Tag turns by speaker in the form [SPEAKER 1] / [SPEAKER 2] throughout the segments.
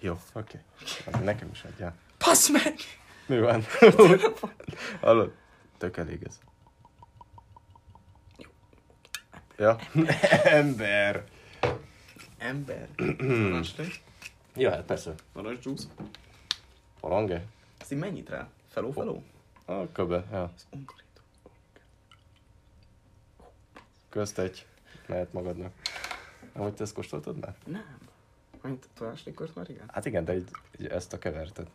[SPEAKER 1] Jó, oké. Okay. Nekem is adjál.
[SPEAKER 2] Passz meg!
[SPEAKER 1] Mi van? Hallod? Tök elég ez. Ja. Ember.
[SPEAKER 2] Ember. Narancslé.
[SPEAKER 1] Jó, hát persze.
[SPEAKER 2] Narancsúsz.
[SPEAKER 1] Palange?
[SPEAKER 2] Ez így mennyit rá?
[SPEAKER 1] Oh.
[SPEAKER 2] Feló-feló?
[SPEAKER 1] A köbe, ja.
[SPEAKER 2] Ez undorító.
[SPEAKER 1] Közt egy. Mehet magadnak. Amúgy te ezt kóstoltad már?
[SPEAKER 2] Nem. Mint a tojáslikort már igen?
[SPEAKER 1] Hát igen, de így, így ezt a kevertet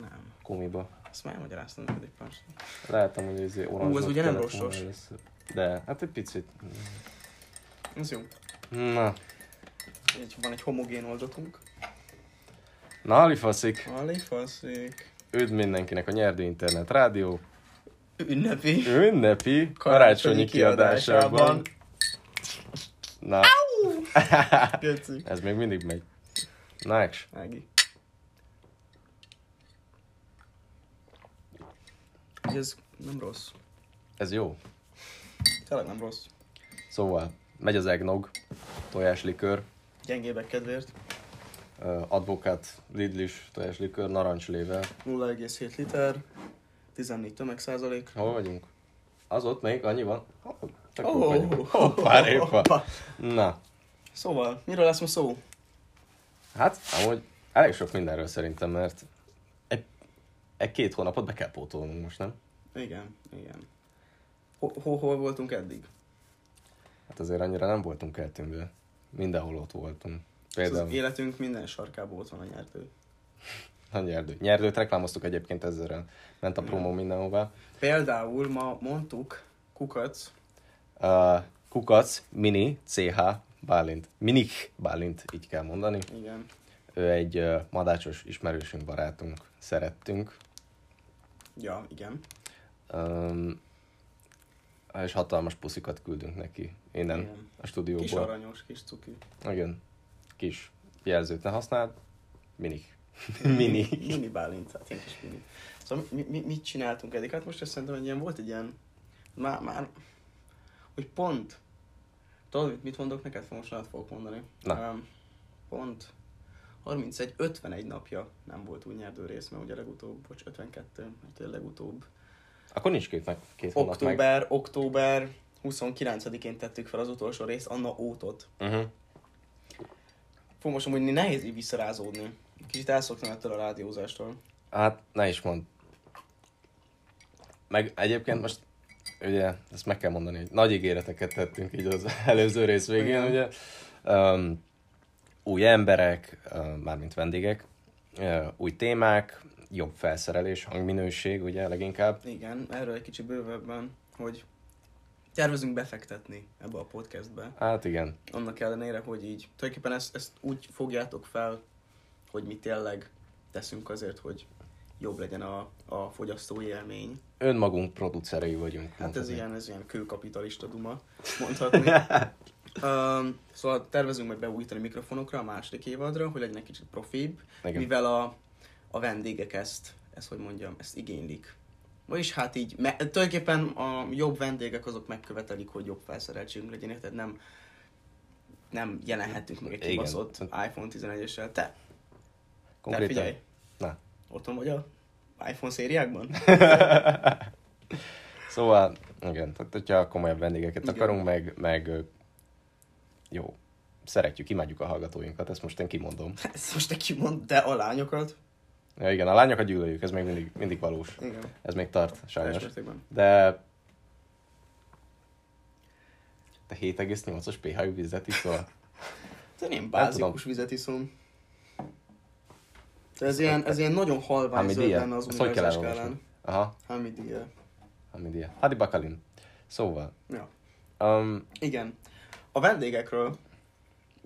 [SPEAKER 2] Nem.
[SPEAKER 1] kumiba.
[SPEAKER 2] Ezt már elmagyaráztam neked egy párszor.
[SPEAKER 1] Láttam, hogy ez oranzsot
[SPEAKER 2] az ugye nem
[SPEAKER 1] kellett volna
[SPEAKER 2] rossos.
[SPEAKER 1] először. De, hát egy picit.
[SPEAKER 2] Ez jó.
[SPEAKER 1] Na,
[SPEAKER 2] Így van egy homogén oldatunk.
[SPEAKER 1] na alifaszik.
[SPEAKER 2] Alé faszik.
[SPEAKER 1] Üdv mindenkinek a Nyerdő Internet Rádió
[SPEAKER 2] Ünnepi.
[SPEAKER 1] ünnepi karácsonyi kiadásában. Na,
[SPEAKER 2] Geci.
[SPEAKER 1] ez még mindig megy. Na, és
[SPEAKER 2] Ági. Ez nem rossz.
[SPEAKER 1] ez jó.
[SPEAKER 2] Tényleg nem rossz.
[SPEAKER 1] Szóval, megy az eggnog, tojáslikör,
[SPEAKER 2] Gyengébbek kedvéért.
[SPEAKER 1] ö, advokát, lidlis tojáslikör, narancslével.
[SPEAKER 2] 0,7 liter. 14 tömegszázalék.
[SPEAKER 1] Hol vagyunk? Az ott még annyi van. Hopp, Csak
[SPEAKER 2] Ó,
[SPEAKER 1] oh, vagyunk.
[SPEAKER 2] ó,
[SPEAKER 1] Hoppá,
[SPEAKER 2] ó,
[SPEAKER 1] répa.
[SPEAKER 2] hoppá.
[SPEAKER 1] Na,
[SPEAKER 2] Szóval, miről lesz ma szó?
[SPEAKER 1] hát amúgy elég sok mindenről szerintem, mert egy, egy két hónapot be kell pótolnunk most, nem?
[SPEAKER 2] Igen, igen. Ho- ho- Hol voltunk eddig?
[SPEAKER 1] Hát azért annyira nem voltunk eltűnve. Mindenhol ott voltunk.
[SPEAKER 2] Ez az
[SPEAKER 1] Például
[SPEAKER 2] életünk minden sarkában ott van a nyertő.
[SPEAKER 1] a nyerdő. Nyerdőt reklámoztuk egyébként ezzel, ment a promó mindenhová.
[SPEAKER 2] Például ma mondtuk kukac,
[SPEAKER 1] Uh, Kukac, Mini, CH, Bálint. Minik Bálint, így kell mondani.
[SPEAKER 2] igen,
[SPEAKER 1] Ő egy uh, madácsos ismerősünk, barátunk, szerettünk.
[SPEAKER 2] ja, igen,
[SPEAKER 1] Um, és hatalmas puszikat küldünk neki innen
[SPEAKER 2] Igen.
[SPEAKER 1] a
[SPEAKER 2] kis
[SPEAKER 1] stúdióból.
[SPEAKER 2] aranyos, kis cuki.
[SPEAKER 1] Igen. Kis jelzőt ne használd. Mini. Mini.
[SPEAKER 2] Mini Bálint, hát én kis mini. Szóval mi, mi, mit csináltunk eddig? Hát most azt szerintem egy ilyen volt egy ilyen, már, már, hogy pont, tudod, mit mondok neked, most rád fogok mondani.
[SPEAKER 1] Na.
[SPEAKER 2] Um, pont 31-51 napja nem volt úgy nyerdő rész, mert ugye legutóbb, bocs, 52, hát legutóbb
[SPEAKER 1] Akkor nincs két, meg, két hónap meg.
[SPEAKER 2] Október, október 29-én tettük fel az utolsó részt, Anna ótot.
[SPEAKER 1] Uh-huh.
[SPEAKER 2] Fú, most amúgy nehéz így visszarázódni. Kicsit elszoktam ettől a rádiózástól.
[SPEAKER 1] Hát, ne is mond. Meg egyébként most, ugye, ezt meg kell mondani, hogy nagy ígéreteket tettünk így az előző rész végén,
[SPEAKER 2] Igen.
[SPEAKER 1] ugye. Um, új emberek, uh, mármint vendégek, uh, új témák, jobb felszerelés, hangminőség, ugye, leginkább.
[SPEAKER 2] Igen, erről egy kicsi bővebben, hogy tervezünk befektetni ebbe a podcastbe.
[SPEAKER 1] Hát igen,
[SPEAKER 2] Annak ellenére, hogy így tulajdonképpen ezt, ezt úgy fogjátok fel, hogy mi tényleg teszünk azért, hogy jobb legyen a, a fogyasztói élmény.
[SPEAKER 1] önmagunk producerei vagyunk.
[SPEAKER 2] Hát ez
[SPEAKER 1] mondhatni.
[SPEAKER 2] ilyen, ez ilyen kőkapitalista duma, mondhatni. um, szóval tervezünk majd beújítani mikrofonokra a második évadra, hogy legyen egy kicsit profibb,
[SPEAKER 1] Igen.
[SPEAKER 2] Igen. mivel a, a vendégek ezt, ezt hogy mondjam, ezt igénylik. Vagyis hát így, me, tulajdonképpen a jobb vendégek azok megkövetelik, hogy jobb felszereltségünk legyen, érted? Nem, nem jelenhetünk meg egy
[SPEAKER 1] Igen.
[SPEAKER 2] kibaszott iPhone 11-essel. Te, te
[SPEAKER 1] Konkrétan.
[SPEAKER 2] figyelj,
[SPEAKER 1] Na.
[SPEAKER 2] otthon vagy a iPhone szériákban?
[SPEAKER 1] Szóval, igen, tehát hogyha komolyabb vendégeket
[SPEAKER 2] Igen.
[SPEAKER 1] akarunk, meg, meg ö, jó, szeretjük, imádjuk a hallgatóinkat, ezt most én kimondom.
[SPEAKER 2] Ezt most te kimond, de a lányokat?
[SPEAKER 1] Ja, igen, a lányokat gyűlöljük, ez még mindig, mindig valós.
[SPEAKER 2] Igen.
[SPEAKER 1] Ez még tart,
[SPEAKER 2] Teljes
[SPEAKER 1] sajnos.
[SPEAKER 2] mértékben.
[SPEAKER 1] De te 7,8-as pH-ű vizet szóval- iszol?
[SPEAKER 2] Ez nem
[SPEAKER 1] Nem
[SPEAKER 2] bázikus
[SPEAKER 1] tudom.
[SPEAKER 2] vizet iszom. Ez ilyen, ez ilyen nagyon halvány zöld
[SPEAKER 1] Hamidia?
[SPEAKER 2] lenne az
[SPEAKER 1] Ezt hogy kell
[SPEAKER 2] univerzás
[SPEAKER 1] elolvasni?
[SPEAKER 2] skálán.
[SPEAKER 1] Aha,
[SPEAKER 2] Hamidia.
[SPEAKER 1] Hamidia. Hadi Bakalin. Szóval,
[SPEAKER 2] Ja.
[SPEAKER 1] um,
[SPEAKER 2] Igen. A vendégekről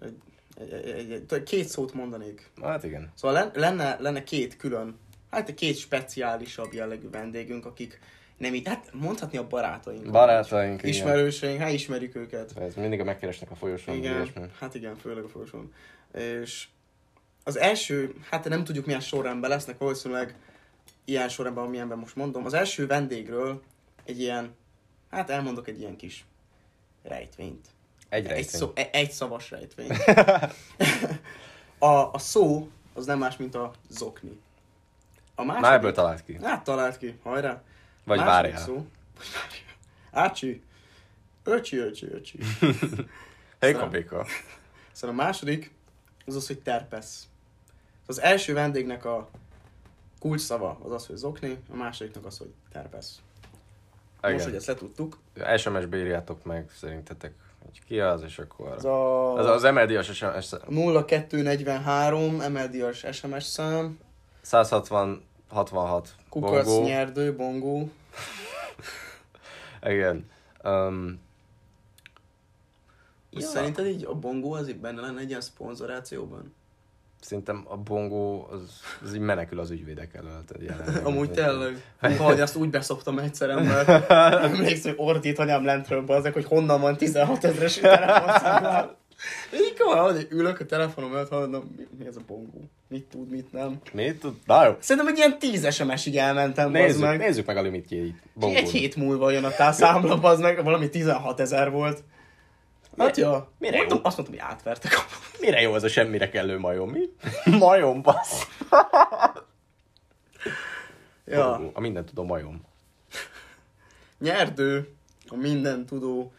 [SPEAKER 2] egy, egy, egy, egy, egy, két szót mondanék.
[SPEAKER 1] hát igen.
[SPEAKER 2] Szóval len- lenne, lenne két külön, hát két speciálisabb jellegű vendégünk, akik nem így, hát mondhatni a barátaink.
[SPEAKER 1] Barátaink, igen.
[SPEAKER 2] Ismerőseink, hát ismerjük őket.
[SPEAKER 1] Ez mindig a megkeresnek a folyosón, vagy ilyesmi.
[SPEAKER 2] Igen, hát igen, főleg a folyosón. És az első, hát nem tudjuk milyen sorrendben lesznek, valószínűleg ilyen sorrendben, amilyenben most mondom. Az első vendégről egy ilyen, hát elmondok egy ilyen kis rejtvényt.
[SPEAKER 1] Egy
[SPEAKER 2] Egy,
[SPEAKER 1] rejtény.
[SPEAKER 2] szó, e- egy szavas rejtvény. a, a szó az nem más, mint a zokni. A
[SPEAKER 1] Na ebből talált ki.
[SPEAKER 2] Hát talált ki, hajrá.
[SPEAKER 1] Vagy
[SPEAKER 2] Második
[SPEAKER 1] várjál.
[SPEAKER 2] Szó. Vagy várjál. Ácsi. Öcsi, öcsi, öcsi.
[SPEAKER 1] Héka béka.
[SPEAKER 2] Szóval a második az az, hogy terpesz. Az első vendégnek a kulcs szava az az, hogy zokni, a másodiknak az, hogy terpesz. Igen. Most, hogy
[SPEAKER 1] Igen.
[SPEAKER 2] ezt letudtuk,
[SPEAKER 1] SMS-be írjátok meg, szerintetek, hogy ki az, és akkor...
[SPEAKER 2] az
[SPEAKER 1] Az
[SPEAKER 2] a,
[SPEAKER 1] az, az MLD-as SMS
[SPEAKER 2] 0243 emeldias SMS szám,
[SPEAKER 1] 160 66
[SPEAKER 2] kukac
[SPEAKER 1] bongó.
[SPEAKER 2] nyerdő, bongó.
[SPEAKER 1] Igen. Um,
[SPEAKER 2] Ja.
[SPEAKER 1] Ja.
[SPEAKER 2] Szerinted így a bongó az így benne lenne egy ilyen szponzorációban?
[SPEAKER 1] szerintem a bongó az, az így menekül az ügyvédek elől. tehát jelenleg.
[SPEAKER 2] Amúgy tényleg. Valahogy azt úgy beszoptam egyszer ember. Emlékszem, hogy ordít anyám lentről bazdek, hogy honnan van 16 ezeres telefonszámlám. Így komolyan, hogy ülök a telefonom előtt, hallom, mi, mi ez a bongó? Mit tud, mit nem.
[SPEAKER 1] Mit tud? Na jó.
[SPEAKER 2] Szerintem egy ilyen 10 SMS-ig elmentem, bazd
[SPEAKER 1] Nézzük
[SPEAKER 2] meg.
[SPEAKER 1] meg. nézzük meg a limitjét.
[SPEAKER 2] És Egy hét múlva jön a társzámla, bazd meg, valami 16 ezer volt. Hát
[SPEAKER 1] Mi-
[SPEAKER 2] ja,
[SPEAKER 1] mire
[SPEAKER 2] mondtam,
[SPEAKER 1] jó?
[SPEAKER 2] azt mondtam, hogy átvertek a
[SPEAKER 1] Mire jó ez a semmire kellő majom? Mi? majom, bassz.
[SPEAKER 2] Ja,
[SPEAKER 1] A mindent tudom majom.
[SPEAKER 2] nyerdő, a minden tudó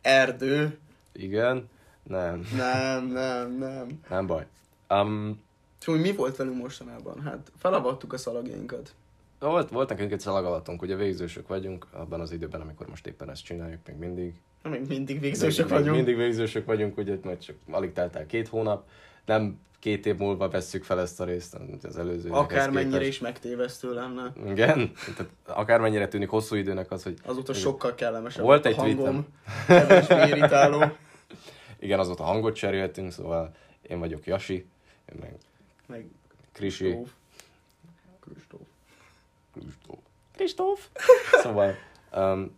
[SPEAKER 2] erdő.
[SPEAKER 1] Igen. Nem.
[SPEAKER 2] Nem, nem, nem.
[SPEAKER 1] Nem baj. Um,
[SPEAKER 2] És úgy mi volt velünk mostanában? Hát felavattuk a szalagjainkat.
[SPEAKER 1] volt, volt nekünk egy szalagalatunk, ugye végzősök vagyunk abban az időben, amikor most éppen ezt csináljuk még mindig.
[SPEAKER 2] Na, még mindig végzősök
[SPEAKER 1] Még- még
[SPEAKER 2] vagyunk. Mindig.
[SPEAKER 1] Mindig végzősök vagyunk, ugye majd csak alig telt el két hónap. Nem két év múlva vesszük fel ezt a részt, mint az előző.
[SPEAKER 2] Akármennyire is megtévesztő lenne.
[SPEAKER 1] Igen, tehát akármennyire tűnik hosszú időnek az, hogy
[SPEAKER 2] Azóta sokkal kellemesebb
[SPEAKER 1] Volt
[SPEAKER 2] volt a
[SPEAKER 1] egy
[SPEAKER 2] hangom. Kevésbé irritáló.
[SPEAKER 1] igen, azóta hangot cseréltünk, szóval én vagyok Jasi, én meg
[SPEAKER 2] Meg
[SPEAKER 1] Krisi.
[SPEAKER 2] Kristóf. Kristóf.
[SPEAKER 1] Kristóf. Kristóf! Szóval, um,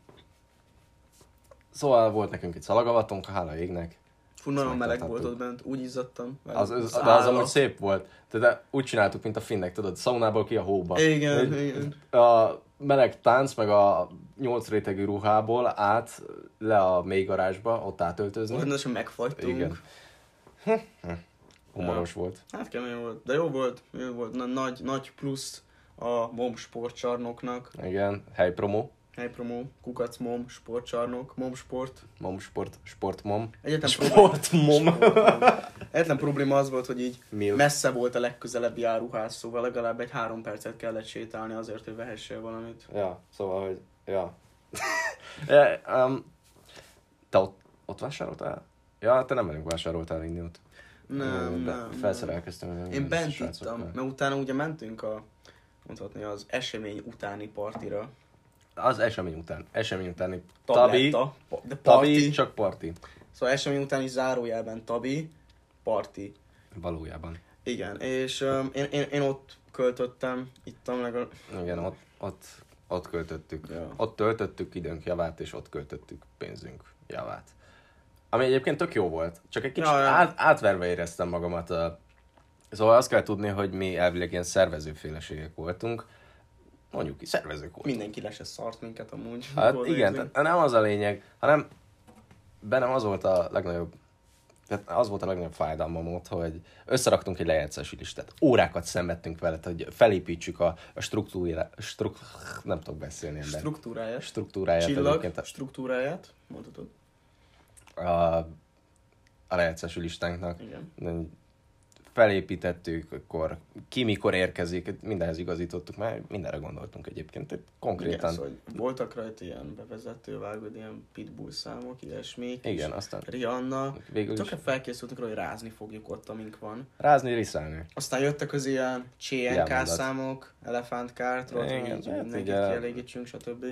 [SPEAKER 1] szóval volt nekünk egy szalagavatunk, hála égnek.
[SPEAKER 2] Fú, nagyon
[SPEAKER 1] Ezt
[SPEAKER 2] meleg volt
[SPEAKER 1] megtartottuk.
[SPEAKER 2] ott bent, úgy izzadtam.
[SPEAKER 1] Az, az, de az
[SPEAKER 2] Szála.
[SPEAKER 1] amúgy szép volt. Tehát úgy csináltuk, mint a finnek, tudod, szaunából ki a hóba.
[SPEAKER 2] Igen,
[SPEAKER 1] Egy-
[SPEAKER 2] igen.
[SPEAKER 1] a meleg tánc, meg a nyolc rétegű ruhából át le a mély garázsba, ott átöltözni.
[SPEAKER 2] Rendesen megfagytunk.
[SPEAKER 1] Igen. Humoros volt.
[SPEAKER 2] Hát kemény volt, de jó volt, jó volt. Na, nagy, nagy plusz a MOM sportcsarnoknak.
[SPEAKER 1] Igen, helypromó,
[SPEAKER 2] Helypromó, kukac MOM sportcsarnok, MOM sport.
[SPEAKER 1] mom sport, sportmom.
[SPEAKER 2] Egyetem
[SPEAKER 1] Sportmom.
[SPEAKER 2] Egyetlen probléma az volt, hogy így
[SPEAKER 1] Milf.
[SPEAKER 2] messze volt a legközelebbi áruház, szóval legalább egy három percet kellett sétálni azért, hogy vehessél valamit.
[SPEAKER 1] Ja, szóval, hogy... Ja. E, um, te ott, ott vásároltál? Ja, te nem velünk vásároltál inni ott.
[SPEAKER 2] Nem,
[SPEAKER 1] Én be-
[SPEAKER 2] nem. nem.
[SPEAKER 1] Felszerelkeztem. olyan
[SPEAKER 2] Én bent
[SPEAKER 1] srácokkal.
[SPEAKER 2] ittam, mert utána ugye mentünk a mondhatni az esemény utáni partira.
[SPEAKER 1] Az esemény után. Esemény utáni. Tabi.
[SPEAKER 2] Tabletta, pa- de
[SPEAKER 1] Tabi,
[SPEAKER 2] parti.
[SPEAKER 1] csak parti.
[SPEAKER 2] Szóval esemény utáni zárójelben tabi, parti.
[SPEAKER 1] Valójában.
[SPEAKER 2] Igen, és um, én, én, én, ott költöttem, ittam meg a...
[SPEAKER 1] Igen, ott, ott, ott költöttük.
[SPEAKER 2] Ja.
[SPEAKER 1] Ott töltöttük időnk javát, és ott költöttük pénzünk javát. Ami egyébként tök jó volt, csak egy kicsit
[SPEAKER 2] Ja, ja.
[SPEAKER 1] Át, átverve éreztem magamat. A... Szóval azt kell tudni, hogy mi elvileg ilyen szervezőféleségek voltunk. Mondjuk ki, szervezők voltunk.
[SPEAKER 2] Mindenki lesz szart minket amúgy.
[SPEAKER 1] Hát
[SPEAKER 2] Volt
[SPEAKER 1] igen,
[SPEAKER 2] nézni.
[SPEAKER 1] tehát nem az a lényeg, hanem bennem az volt a legnagyobb tehát az volt a legnagyobb fájdalmam ott, hogy összeraktunk egy lejátszási listát. Órákat szenvedtünk vele, hogy felépítsük a, a struktúrá... Struk... Nem tudok beszélni ember.
[SPEAKER 2] struktúrája.
[SPEAKER 1] struktúráját
[SPEAKER 2] Csillag
[SPEAKER 1] egyébként
[SPEAKER 2] struktúráját, mondhatod.
[SPEAKER 1] a, a, a lejátszási listánknak.
[SPEAKER 2] Igen.
[SPEAKER 1] Felépítettük, akkor ki mikor érkezik, mindenhez igazítottuk, mert mindenre gondoltunk egyébként. Tehát
[SPEAKER 2] Igen,
[SPEAKER 1] Konkrétan. Igen,
[SPEAKER 2] szóval voltak rajta ilyen bevezetővágod, ilyen pitbull számok, ilyesmi.
[SPEAKER 1] igen aztán
[SPEAKER 2] Rihanna.
[SPEAKER 1] végül is
[SPEAKER 2] Tökre felkészültünk rá, hogy rázni fogjuk ott, amink van.
[SPEAKER 1] rázni, riszálni.
[SPEAKER 2] Aztán jöttek az ilyen CNK
[SPEAKER 1] Jelmondat.
[SPEAKER 2] számok, Elephant Card, tudod,
[SPEAKER 1] Igen,
[SPEAKER 2] hogy így
[SPEAKER 1] hát
[SPEAKER 2] mindenkit
[SPEAKER 1] ugye-
[SPEAKER 2] kielégítsünk, stb.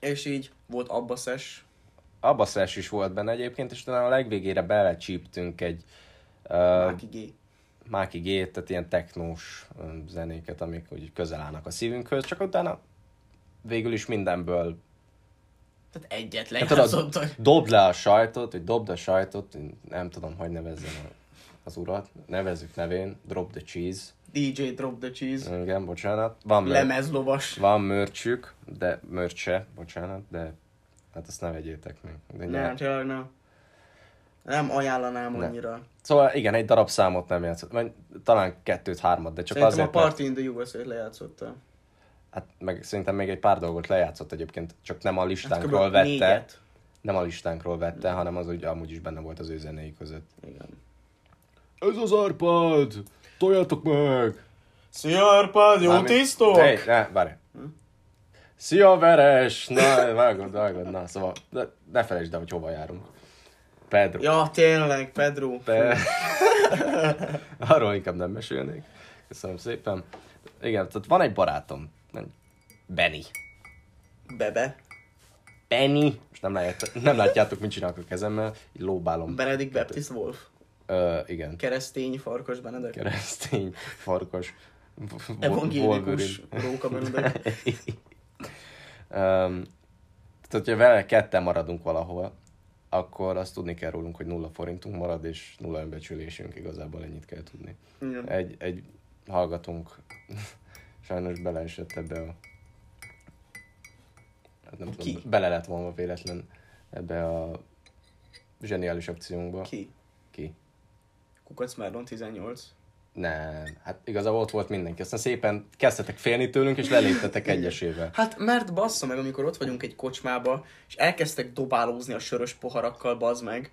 [SPEAKER 2] És így volt abba szes.
[SPEAKER 1] Abbaszás is volt benne egyébként, és talán a legvégére belecsíptünk egy uh,
[SPEAKER 2] Máki G.
[SPEAKER 1] Máki G-t, tehát ilyen technós öm, zenéket, amik úgy közel állnak a szívünkhöz, csak utána végül is mindenből
[SPEAKER 2] Tehát egyet
[SPEAKER 1] Hát tudod-
[SPEAKER 2] lejátszottak.
[SPEAKER 1] dobd le a sajtot, vagy dobd a sajtot, én nem tudom, hogy nevezzem a, az urat, nevezzük nevén, drop the cheese,
[SPEAKER 2] DJ Drop the Cheese.
[SPEAKER 1] igen, bocsánat, van, mör,
[SPEAKER 2] Lemezlovas.
[SPEAKER 1] van mörcsük, de mörcse, bocsánat, de hát azt ne vegyétek meg. De nyár-
[SPEAKER 2] Nem, tényleg nem. Nem ajánlanám
[SPEAKER 1] Nem.
[SPEAKER 2] annyira.
[SPEAKER 1] Szóval igen, egy darab számot nem játszott. Vagy Talán kettőt, hármat, de csak
[SPEAKER 2] Szerintem
[SPEAKER 1] azért,
[SPEAKER 2] a
[SPEAKER 1] mert-
[SPEAKER 2] Party in the USA-t lejátszotta.
[SPEAKER 1] Hát meg szerintem még egy pár dolgot lejátszott egyébként, csak nem a listánkról
[SPEAKER 2] Hát kb.
[SPEAKER 1] vette.
[SPEAKER 2] négyet.
[SPEAKER 1] Nem a listánkról vette, hanem az ugye amúgy is benne volt az ő zenéi között.
[SPEAKER 2] Igen.
[SPEAKER 1] Ez az Árpád! Toljátok meg!
[SPEAKER 2] Szia Arpád, jó tisztok!
[SPEAKER 1] Hey, ne, várj. Hm? Szia Veres! Na, vágod, vágod, na, szóval ne, ne felejtsd el, hogy hova járunk. Pedro.
[SPEAKER 2] Ja, tényleg, Pedro.
[SPEAKER 1] Pe- Arról inkább nem mesélnék. Köszönöm szépen. Igen, tehát van egy barátom. nem- Benny.
[SPEAKER 2] Bebe.
[SPEAKER 1] Benny. Most nem, lehet, nem látjátok, mit csinálok a kezemmel. Így lóbálom.
[SPEAKER 2] Benedict Baptist Wolf.
[SPEAKER 1] Ö, igen.
[SPEAKER 2] Keresztény farkas Benedict.
[SPEAKER 1] Keresztény, farkas, v- v-
[SPEAKER 2] Evangélikus
[SPEAKER 1] Wolverine.
[SPEAKER 2] róka Benedict.
[SPEAKER 1] Öm, tehát, hogyha vele ketten maradunk valahol, akkor azt tudni kell rólunk, hogy nulla forintunk marad, és nulla önbecsülésünk, igazából ennyit kell tudni.
[SPEAKER 2] Igen.
[SPEAKER 1] Egy, egy hallgatunk sajnos beleesett ebbe a... Hát nem
[SPEAKER 2] Ki?
[SPEAKER 1] tudom, bele lett volna véletlen ebbe a zseniális akciónkba.
[SPEAKER 2] Ki?
[SPEAKER 1] Ki?
[SPEAKER 2] Kukac Merlon 18.
[SPEAKER 1] Nem, hát igazából ott volt mindenki. Aztán szépen kezdtetek félni tőlünk, és leléptetek egyesével.
[SPEAKER 2] Hát mert bassza meg, amikor ott vagyunk egy kocsmába, és elkezdtek dobálózni a sörös poharakkal, bazd meg.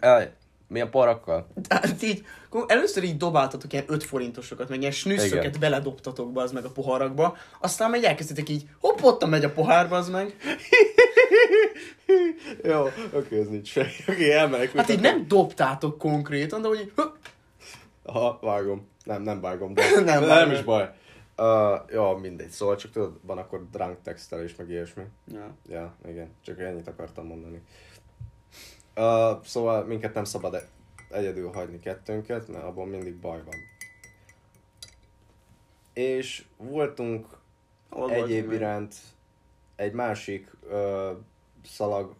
[SPEAKER 1] Ej, milyen parakkal?
[SPEAKER 2] Hát így, akkor először így dobáltatok ilyen 5 forintosokat, meg ilyen snüsszöket
[SPEAKER 1] Igen.
[SPEAKER 2] beledobtatok bazd meg a poharakba, aztán meg elkezdtek így, hopp, ott megy a pohár, bazd meg.
[SPEAKER 1] Jó, oké, ez nincs semmi. Oké, elmenekültek.
[SPEAKER 2] Hát így nem dobtátok konkrétan, de hogy így, höpp,
[SPEAKER 1] Ha, vágom. Nem, nem vágom. De
[SPEAKER 2] Nem
[SPEAKER 1] nem, nem
[SPEAKER 2] vágom.
[SPEAKER 1] is baj. Uh, jó, mindegy. Szóval csak tudod, van akkor drunk textelés, meg ilyesmi.
[SPEAKER 2] Ja.
[SPEAKER 1] Ja, igen. Csak ennyit akartam mondani. Uh, szóval minket nem szabad e- egyedül hagyni kettőnket, mert abban mindig baj van. És voltunk
[SPEAKER 2] Hol voltunk
[SPEAKER 1] egyéb
[SPEAKER 2] még?
[SPEAKER 1] iránt egy másik ö, szalag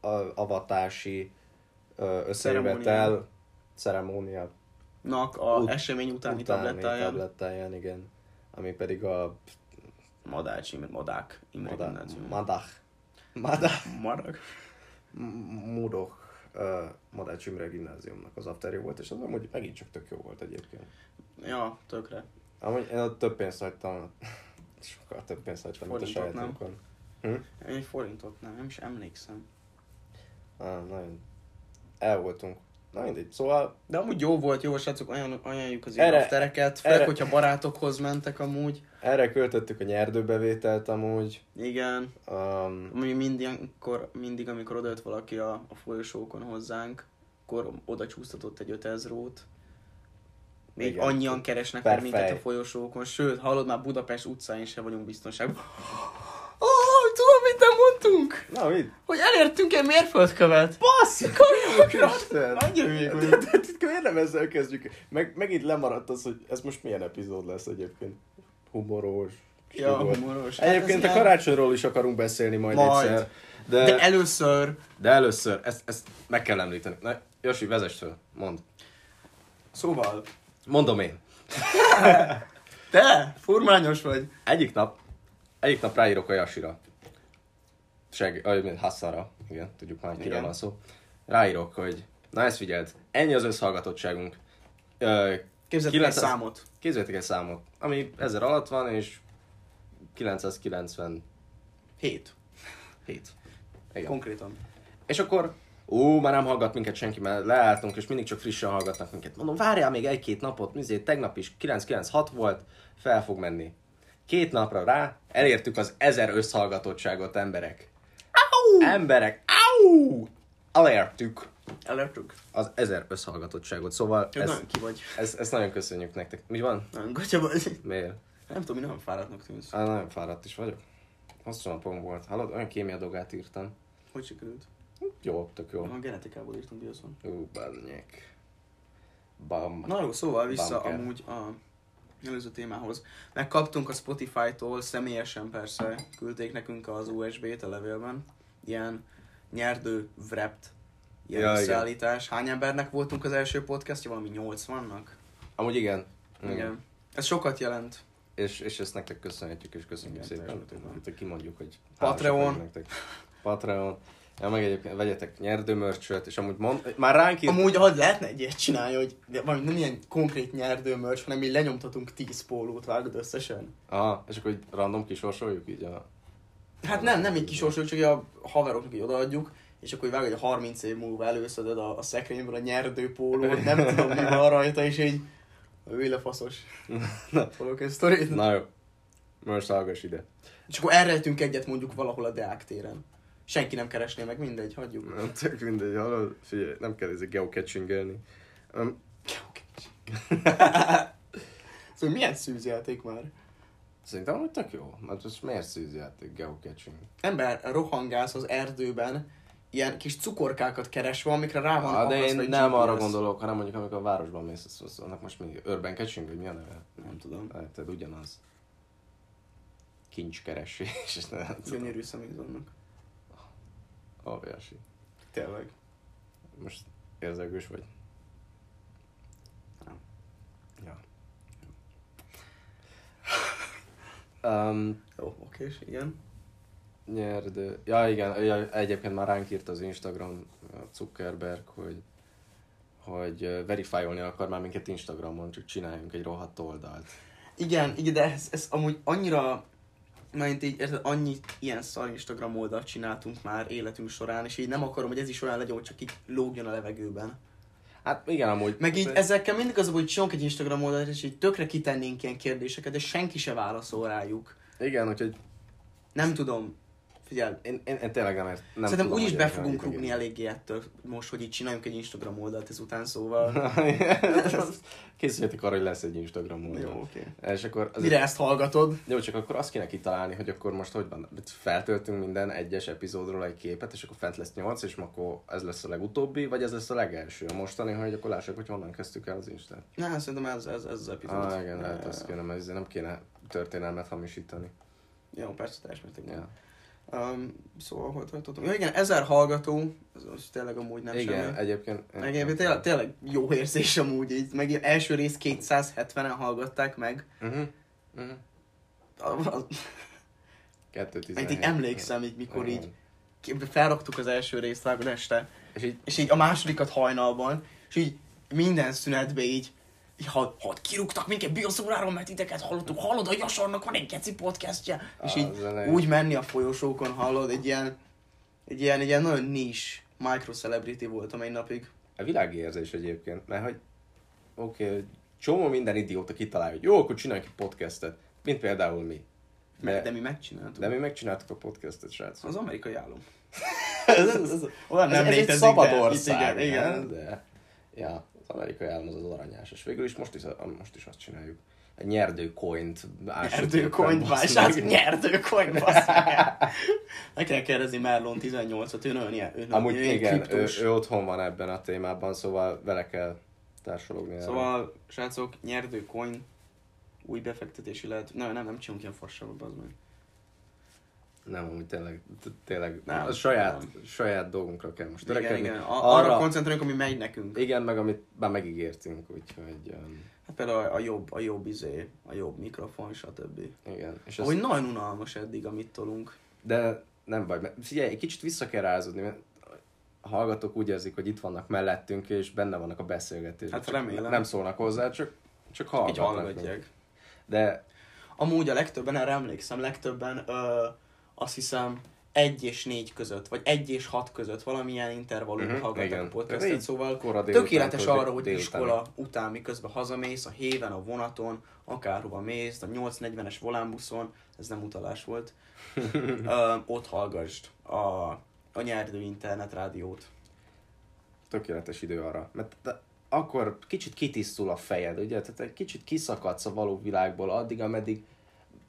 [SPEAKER 1] a, avatási ö, összejövetel
[SPEAKER 2] Ceremónia.
[SPEAKER 1] ceremónia
[SPEAKER 2] Nak a
[SPEAKER 1] Ut-
[SPEAKER 2] esemény utáni,
[SPEAKER 1] utáni
[SPEAKER 2] tablettáján.
[SPEAKER 1] tablettáján, igen. Ami pedig a
[SPEAKER 2] Madácsi, meg madák. Imre
[SPEAKER 1] Madach,
[SPEAKER 2] gimnázium.
[SPEAKER 1] Madach, Madach,
[SPEAKER 2] Madag.
[SPEAKER 1] Murok ö, Madács Imre gimnáziumnak az afterje volt, és az amúgy megint csak tök jó volt egyébként.
[SPEAKER 2] Ja, tökre.
[SPEAKER 1] Amúgy én ott több pénzt hagytam, sokkal több pénzt hagytam, mint a Hm?
[SPEAKER 2] Forintot, nem?
[SPEAKER 1] sajátunkon.
[SPEAKER 2] Én Egy forintot nem, nem is emlékszem.
[SPEAKER 1] Ah, nagyon el voltunk. Na mindegy, szóval
[SPEAKER 2] De amúgy jó volt, jó, srácok, ajánl- ajánljuk az
[SPEAKER 1] Erre-
[SPEAKER 2] aftereket, főleg,
[SPEAKER 1] erre-
[SPEAKER 2] hogyha barátokhoz mentek amúgy.
[SPEAKER 1] Erre költöttük a nyerdőbevételt amúgy.
[SPEAKER 2] Igen,
[SPEAKER 1] Um,
[SPEAKER 2] mi mindig, amikor, mindig, amikor odajött valaki a, a folyosókon hozzánk, akkor oda csúsztatott egy 5000 rót. Még
[SPEAKER 1] Igen.
[SPEAKER 2] Igen. annyian keresnek
[SPEAKER 1] Per
[SPEAKER 2] meg minket
[SPEAKER 1] fej.
[SPEAKER 2] a folyosókon, sőt, hallod, már Budapest utcáin sem vagyunk biztonságban. Oh, tudom, mit nem mondtunk?
[SPEAKER 1] na mit?
[SPEAKER 2] Hogy elértünk egy mérföldkövet. Basz,
[SPEAKER 1] Isten!
[SPEAKER 2] Nagyon még
[SPEAKER 1] De- de- de- de Miért nem ezzel kezdjük? Meg, megint lemaradt az, hogy ez most milyen epizód lesz egyébként. Humoros.
[SPEAKER 2] Ja,
[SPEAKER 1] nyugodt.
[SPEAKER 2] humoros. Hát
[SPEAKER 1] Egyébként
[SPEAKER 2] ez
[SPEAKER 1] a
[SPEAKER 2] ilyen-
[SPEAKER 1] karácsonyról is akarunk beszélni majd,
[SPEAKER 2] Majd.
[SPEAKER 1] egyszer.
[SPEAKER 2] De először
[SPEAKER 1] de először, ezt, ezt meg kell említeni. Na, Josi, vezess föl, mondd.
[SPEAKER 2] Szóval,
[SPEAKER 1] Mondom én.
[SPEAKER 2] te furmányos vagy.
[SPEAKER 1] Egyik nap, egyik nap ráírok a Yasira. Seg, ö, Hasszara, igen, tudjuk már, hogy kiről
[SPEAKER 2] Igen.
[SPEAKER 1] van szó. Ráírok, hogy na ezt figyeld, ennyi az összhallgatottságunk. Ö,
[SPEAKER 2] Képzeld el
[SPEAKER 1] 900
[SPEAKER 2] számot.
[SPEAKER 1] Képzeljétek egy számot, ami ezer alatt van, és 997.
[SPEAKER 2] Hét.
[SPEAKER 1] Igen.
[SPEAKER 2] Konkrétan.
[SPEAKER 1] És akkor, ú, már nem hallgat minket senki, mert leálltunk, és mindig csak frissen hallgatnak minket. Mondom, várjál még egy-két napot, mizé, tegnap is 996 volt, fel fog menni. Két napra rá elértük az ezer összhallgatottságot, emberek. Au! Emberek, au! Elértük
[SPEAKER 2] Elértük.
[SPEAKER 1] az ezer összhallgatottságot, szóval
[SPEAKER 2] Ez...
[SPEAKER 1] ez,
[SPEAKER 2] Nagyon ki vagy.
[SPEAKER 1] ez, ezt nagyon köszönjük nektek. Mi van?
[SPEAKER 2] Nagyon gatya vagy.
[SPEAKER 1] Miért?
[SPEAKER 2] Nem tudom, mi nem fáradtnak tűnsz.
[SPEAKER 1] Á, nagyon fáradt is vagyok. Hosszú napom volt. Hallod, olyan kémia dogát írtam.
[SPEAKER 2] Hogy sikerült?
[SPEAKER 1] Jó, tök jó.
[SPEAKER 2] A genetikából írtunk bioszon.
[SPEAKER 1] Ú, bárnyék. Bam.
[SPEAKER 2] Na jó, szóval vissza
[SPEAKER 1] Bunker.
[SPEAKER 2] amúgy a előző témához. Megkaptunk a Spotify-tól, személyesen persze küldték nekünk az USB-t a levélben. Ilyen nyerdő wrapped ilyen
[SPEAKER 1] Ja,
[SPEAKER 2] ja,
[SPEAKER 1] igen.
[SPEAKER 2] szállítás. Hány embernek voltunk az első podcastja? Valami 80-nak?
[SPEAKER 1] Amúgy igen. Mm.
[SPEAKER 2] Igen. Ez sokat jelent.
[SPEAKER 1] És, és ezt nektek köszönhetjük, és köszönjük
[SPEAKER 2] Igen,
[SPEAKER 1] szépen.
[SPEAKER 2] teljesen.
[SPEAKER 1] Itt kimondjuk, hogy
[SPEAKER 2] Patreon.
[SPEAKER 1] hálásak vagyunk nektek. Patreon. Ja, meg egyébként vegyetek nyerdőmörcsöt, és amúgy mond, már ránk írt,
[SPEAKER 2] Amúgy, hogy lehetne egy ilyet csinálni, hogy de valami nem ilyen konkrét nyerdőmörcs, hanem mi lenyomtatunk 10 pólót, vágod összesen.
[SPEAKER 1] Aha, és akkor így random kisorsoljuk így a...
[SPEAKER 2] Hát nem, nem így kisorsoljuk, csak így a haveroknak így odaadjuk, és akkor így vágod, hogy 30 év múlva előszeded a, a szekrényből a nyerdő pólót, nem tudom, mi van rajta, és így ő a faszos. Fogok ezt sztorit.
[SPEAKER 1] Na jó. Most hallgass ide.
[SPEAKER 2] És akkor elrejtünk egyet mondjuk valahol a Deák téren. Senki nem keresné meg, mindegy, hagyjuk.
[SPEAKER 1] Nem tök mindegy, hallod? Figyelj, nem kell ezzel geocachingelni. Um,
[SPEAKER 2] Szóval milyen szűzjáték már?
[SPEAKER 1] szerintem hogy tök jó. Mert most miért szűzjáték geocaching?
[SPEAKER 2] Ember rohangász az erdőben, ilyen kis cukorkákat keresve, amikre rá van
[SPEAKER 1] Ah, de
[SPEAKER 2] akasztva
[SPEAKER 1] én
[SPEAKER 2] egy
[SPEAKER 1] nem
[SPEAKER 2] GPS.
[SPEAKER 1] arra gondolok, hanem mondjuk amikor a városban mész, azt- azt annak most még urban catching, vagy mi a neve?
[SPEAKER 2] Nem tudom.
[SPEAKER 1] Érted, Hát, ugyanaz. Kincskeresés, és nem tudom.
[SPEAKER 2] Gyönyörű szemét vannak.
[SPEAKER 1] Óriási.
[SPEAKER 2] Tényleg.
[SPEAKER 1] Most érzelgős vagy?
[SPEAKER 2] Nem.
[SPEAKER 1] Ja. Um,
[SPEAKER 2] Jó, oké, és igen.
[SPEAKER 1] nyerdő. Ja, igen, ja, egyébként már ránk írt az Instagram a Zuckerberg, hogy hogy ö, verifájolni akar már minket Instagramon, csak csináljunk egy rohadt oldalt.
[SPEAKER 2] Igen, igen, de ez, ez amúgy annyira, mert így érted, annyi ilyen szar Instagram oldalt csináltunk már életünk során, és így nem akarom, hogy ez is olyan legyen, hogy csak így lógjon a levegőben.
[SPEAKER 1] Hát igen, amúgy...
[SPEAKER 2] Meg így ezekkel mindig az, a baj, hogy csinálunk egy Instagram oldalt, és így tökre kitennénk ilyen kérdéseket, de senki se válaszol rájuk.
[SPEAKER 1] Igen, úgyhogy
[SPEAKER 2] Nem tudom. Figyelj,
[SPEAKER 1] én, én, én tényleg nem, ért, nem
[SPEAKER 2] Szerintem
[SPEAKER 1] tudom,
[SPEAKER 2] úgyis
[SPEAKER 1] hogy
[SPEAKER 2] be
[SPEAKER 1] ennek
[SPEAKER 2] fogunk
[SPEAKER 1] van
[SPEAKER 2] rúgni
[SPEAKER 1] ideje.
[SPEAKER 2] eléggé ettől most, hogy így csináljunk egy Instagram oldalt ezután, szóval...
[SPEAKER 1] Készüljetek arra, hogy lesz egy Instagram oldal.
[SPEAKER 2] Jó, oké.
[SPEAKER 1] És akkor az
[SPEAKER 2] Mire ezt hallgatod?
[SPEAKER 1] Jó, csak akkor azt kéne kitalálni, hogy akkor most hogy van. Feltöltünk minden egyes epizódról egy képet, és akkor fent lesz 8, és akkor ez lesz a legutóbbi, vagy ez lesz a legelső a mostani, hogy akkor lássuk, hogy honnan kezdtük el az Instát.
[SPEAKER 2] Na, hát szerintem ez, ez, ez az epizód.
[SPEAKER 1] Ah, igen, lehet
[SPEAKER 2] Eh,
[SPEAKER 1] azt kéne, mert ezzel nem kéne történelmet hamisítani.
[SPEAKER 2] Jó, persze, teljes mértékben.
[SPEAKER 1] Ja.
[SPEAKER 2] Um, szóval, hogy tartottam? Ja, igen, ezer hallgató, az, az tényleg amúgy nem
[SPEAKER 1] igen,
[SPEAKER 2] semmi.
[SPEAKER 1] egyébként...
[SPEAKER 2] Meg egyébként tényleg, tényleg jó érzés amúgy így, meg ilyen első rész 270-en hallgatták meg.
[SPEAKER 1] Uh-huh. Uh-huh.
[SPEAKER 2] A- a- Meg
[SPEAKER 1] 217.
[SPEAKER 2] így emlékszem így, mikor így
[SPEAKER 1] Igen.
[SPEAKER 2] ki- felraktuk az első részt vágod este,
[SPEAKER 1] És így
[SPEAKER 2] és így a másodikat hajnalban, és így minden szünetben így, így ha, ha kirúgtak minket bioszóráról, mert ideket hallottuk, hallod, a Jasarnak van egy geci podcastja, és
[SPEAKER 1] Á,
[SPEAKER 2] így
[SPEAKER 1] az elején.
[SPEAKER 2] úgy menni a folyosókon, hallod, egy ilyen, egy ilyen, egy ilyen nagyon nis micro celebrity voltam egy napig.
[SPEAKER 1] A világi érzés egyébként, mert hogy oké, okay, csomó minden idióta kitalálja, hogy jó, akkor csináljunk egy podcastet, mint például mi.
[SPEAKER 2] De,
[SPEAKER 1] De-
[SPEAKER 2] de mi megcsináltuk.
[SPEAKER 1] De mi megcsináltuk a podcastet, srácok.
[SPEAKER 2] Az amerikai állam.
[SPEAKER 1] ez, ez, ez,
[SPEAKER 2] Olyan nem
[SPEAKER 1] ez, ez egy
[SPEAKER 2] létezik,
[SPEAKER 1] szabad
[SPEAKER 2] de-
[SPEAKER 1] ország,
[SPEAKER 2] igen,
[SPEAKER 1] nem?
[SPEAKER 2] igen.
[SPEAKER 1] De, ja, az amerikai állam az az aranyás, és végül is most is, a- most is azt csináljuk. Egy nyerdőcoint ásítunk fel,
[SPEAKER 2] Nyerdőkonyt
[SPEAKER 1] basz
[SPEAKER 2] vásárolsz,
[SPEAKER 1] meg.
[SPEAKER 2] nyerdőkonyt vásárolsz. Meg kell kérdezni Merlon 18-at, ő nagyon ilyen, ő nagyon
[SPEAKER 1] Amúgy
[SPEAKER 2] ilyen
[SPEAKER 1] igen, ő,
[SPEAKER 2] kriptós.
[SPEAKER 1] ő, otthon van ebben a témában, szóval vele kell társalogni. erre.
[SPEAKER 2] Szóval, srácok, nyerdőkony új befektetési lehet. Nem, nem, nem csinálunk ilyen farsagot, az meg.
[SPEAKER 1] Nem, amúgy tényleg, t- tényleg
[SPEAKER 2] Nem,
[SPEAKER 1] a saját,
[SPEAKER 2] nem.
[SPEAKER 1] saját dolgunkra kell most
[SPEAKER 2] Igen,
[SPEAKER 1] törekedni.
[SPEAKER 2] igen. A- arra,
[SPEAKER 1] Arra-
[SPEAKER 2] koncentrálunk, ami megy nekünk.
[SPEAKER 1] Igen, meg amit már megígértünk, úgyhogy um,
[SPEAKER 2] Hát például a, a jobb, a jobb izé, a jobb mikrofon, stb.
[SPEAKER 1] igen. És
[SPEAKER 2] Ahogy
[SPEAKER 1] ezt,
[SPEAKER 2] nagyon unalmas eddig, amit tolunk.
[SPEAKER 1] de nem baj, mert figyelj, egy kicsit vissza kell rázódni, mert a hallgatók úgy érzik, hogy itt vannak mellettünk, és benne vannak a beszélgetésben.
[SPEAKER 2] Hát
[SPEAKER 1] Csak
[SPEAKER 2] remélem.
[SPEAKER 1] Nem szólnak hozzá, csak, csak
[SPEAKER 2] Így
[SPEAKER 1] hallgatnak.
[SPEAKER 2] hallgatják.
[SPEAKER 1] De
[SPEAKER 2] Amúgy a legtöbben, erre emlékszem, legtöbben ö, azt hiszem 1 és 4 között, vagy 1 és 6 között valamilyen intervallumot
[SPEAKER 1] Mhm,
[SPEAKER 2] uh-huh, hallgatták
[SPEAKER 1] igen.
[SPEAKER 2] a podcastet,
[SPEAKER 1] Így
[SPEAKER 2] szóval
[SPEAKER 1] kora délután,
[SPEAKER 2] tökéletes
[SPEAKER 1] kora
[SPEAKER 2] arra, hogy
[SPEAKER 1] délután.
[SPEAKER 2] iskola után, miközben hazamész, a héven, a vonaton, akárhova mész, a 840-es volánbuszon, ez nem utalás volt, ö, ott hallgassd a, a nyerdő internet rádiót.
[SPEAKER 1] tökéletes idő arra. Mert te, akkor kicsit kitisztul a fejed, ugye? Tehát egy kicsit kiszakadsz a való világból addig, ameddig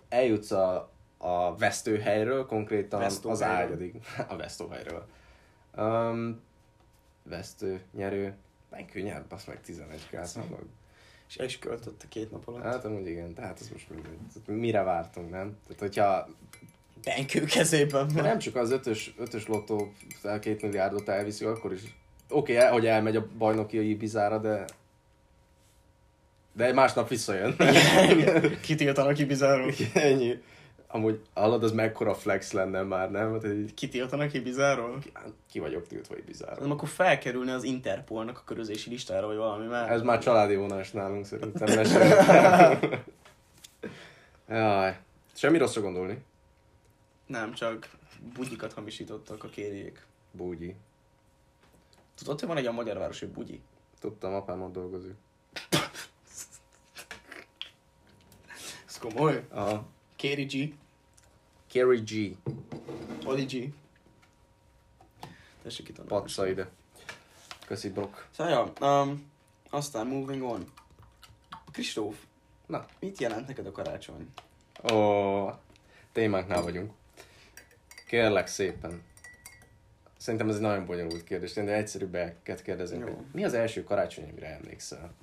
[SPEAKER 1] eljutsz a, a vesztőhelyről, konkrétan az
[SPEAKER 2] Vesztóhelyről.
[SPEAKER 1] ágyadig. A vesztőhelyről. Um, vesztő, nyerő, mennyi nyert, basz meg 11 káznak.
[SPEAKER 2] És el is költötte két nap alatt.
[SPEAKER 1] Hát amúgy igen, tehát ez most mindegy. Tehát Mire vártunk, nem? Tehát hogyha
[SPEAKER 2] Benkő kezében
[SPEAKER 1] de
[SPEAKER 2] van.
[SPEAKER 1] nem csak az ötös, ötös lottó el két milliárdot elviszik, akkor is oké, okay, hogy elmegy a bajnoki bizára, de de másnap visszajön.
[SPEAKER 2] Kitiltanak Ibizáról.
[SPEAKER 1] Ennyi. Ha amúgy hallod, az mekkora flex lenne már, nem? Hát, hogy
[SPEAKER 2] Kitiltanak Ibizáról?
[SPEAKER 1] ki vagyok tiltva Ibizáról.
[SPEAKER 2] Nem, akkor felkerülne az Interpolnak a körözési listára, vagy valami már.
[SPEAKER 1] Ez már családi vonás nálunk szerintem. ne sem. Jaj. Semmi rosszra gondolni.
[SPEAKER 2] Nem, csak bugyikat hamisítottak a kérjék.
[SPEAKER 1] Búgyi.
[SPEAKER 2] Tudod, hogy van egy a magyar város, hogy bugyi?
[SPEAKER 1] Tudtam, apám ott dolgozik.
[SPEAKER 2] Ez komoly.
[SPEAKER 1] Aha.
[SPEAKER 2] Kéri G.
[SPEAKER 1] Kerry G.
[SPEAKER 2] Oli G. Tessék itt a nevem.
[SPEAKER 1] Patsa ide. Köszi, Brock.
[SPEAKER 2] Szóval, ja, um, aztán moving on. Kristóf,
[SPEAKER 1] Na.
[SPEAKER 2] mit jelent neked a karácsony?
[SPEAKER 1] Ó, témánknál vagyunk. Kérlek szépen. Szerintem ez egy nagyon bonyolult kérdés, de egyszerűbbeket kérdezünk.
[SPEAKER 2] Jó.
[SPEAKER 1] Hogy mi az első karácsony, amire emlékszel?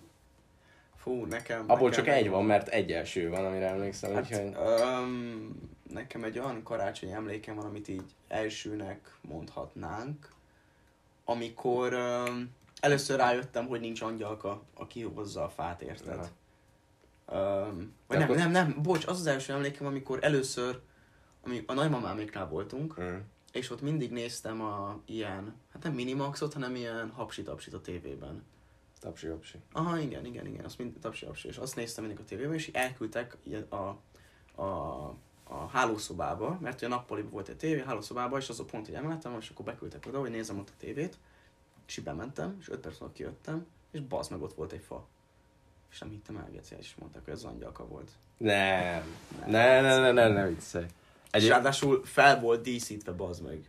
[SPEAKER 2] Fú, nekem...
[SPEAKER 1] Abból
[SPEAKER 2] nekem
[SPEAKER 1] csak egy van, mert egy első van, amire emlékszem,
[SPEAKER 2] Hát,
[SPEAKER 1] úgyhogy...
[SPEAKER 2] um, nekem egy olyan karácsony emlékem van, amit így elsőnek mondhatnánk, amikor um, először rájöttem, hogy nincs angyalka, aki hozza a fát, érted? Um, vagy
[SPEAKER 1] Tehát
[SPEAKER 2] nem,
[SPEAKER 1] az-
[SPEAKER 2] nem, nem, bocs, az az első emlékem, amikor először, ami a nagymamáméknál voltunk,
[SPEAKER 1] Mm.
[SPEAKER 2] és ott mindig néztem a ilyen, hát nem Minimaxot, hanem ilyen hapsit a tévében.
[SPEAKER 1] Tapsi, tapsi.
[SPEAKER 2] Aha, igen, igen, igen, azt mind tapsi, tapsi. És azt néztem mindig a tévében, és elküldtek ilyen a, a, a hálószobába, mert ugye nappaliban volt egy tévé, hálószobába, és az a pont, hogy emeltem, és akkor beküldtek oda, hogy nézem ott a tévét, és így bementem, és öt perc múlva kijöttem, és bazd meg ott volt egy fa. És nem hittem el, Geci, és mondták, hogy ez angyalka volt.
[SPEAKER 1] Nem. Ne, ne, ne, ne, ne viccelj.
[SPEAKER 2] Egy és
[SPEAKER 1] Egy...
[SPEAKER 2] ráadásul fel volt díszítve, bazd meg.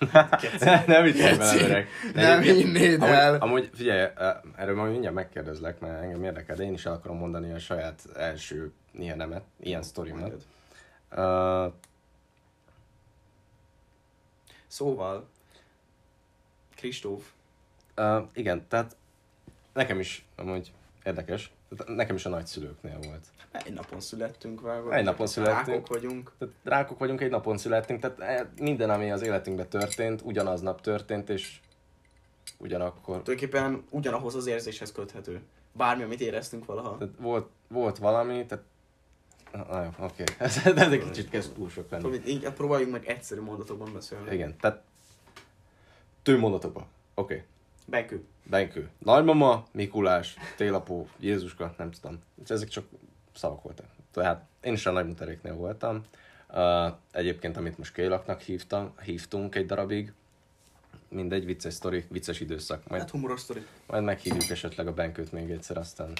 [SPEAKER 1] ne viccelj
[SPEAKER 2] Geci.
[SPEAKER 1] vele, öreg. De
[SPEAKER 2] Nem
[SPEAKER 1] egyébként-
[SPEAKER 2] hinnéd
[SPEAKER 1] amúgy,
[SPEAKER 2] el.
[SPEAKER 1] Amúgy figyelj, eh, erről majd mindjárt megkérdezlek, mert engem érdekel, de én is el akarom mondani a saját első ilyenemet, ilyen sztorimat.
[SPEAKER 2] Mondjad.
[SPEAKER 1] Uh,
[SPEAKER 2] Szóval, Kristóf,
[SPEAKER 1] uh, igen, tehát nekem is amúgy érdekes, tehát nekem is a nagyszülőknél volt.
[SPEAKER 2] egy napon születtünk vágod.
[SPEAKER 1] Egy napon születtünk.
[SPEAKER 2] Rákok vagyunk.
[SPEAKER 1] Tehát rákok vagyunk, egy napon születtünk, tehát eh, minden, ami az életünkben történt, ugyanaznap történt, és ugyanakkor
[SPEAKER 2] tulajdonképpen ugyanahoz az érzéshez köthető. Bármi, amit éreztünk valaha.
[SPEAKER 1] Tehát volt, volt valami, tehát... Na jó, oké. Ez, ez egy kicsit kezd túl sok lenni.
[SPEAKER 2] Tudod, így, próbáljunk meg egyszerű mondatokban beszélni.
[SPEAKER 1] Igen, tehát... Tő mondatokba. Oké. Okay.
[SPEAKER 2] Bekő.
[SPEAKER 1] Benkő. Nagymama, Mikulás, Télapó, Jézuska, nem tudom. És Ezek csak szavak voltak. Tehát én is a nagymuteréknél voltam. Uh, egyébként, amit most Kélaknak hívtam, hívtunk egy darabig. Mindegy, vicces sztori, vicces időszak. Majd,
[SPEAKER 2] Hát humoros sztori.
[SPEAKER 1] majd meghívjuk esetleg a Benkőt még egyszer, aztán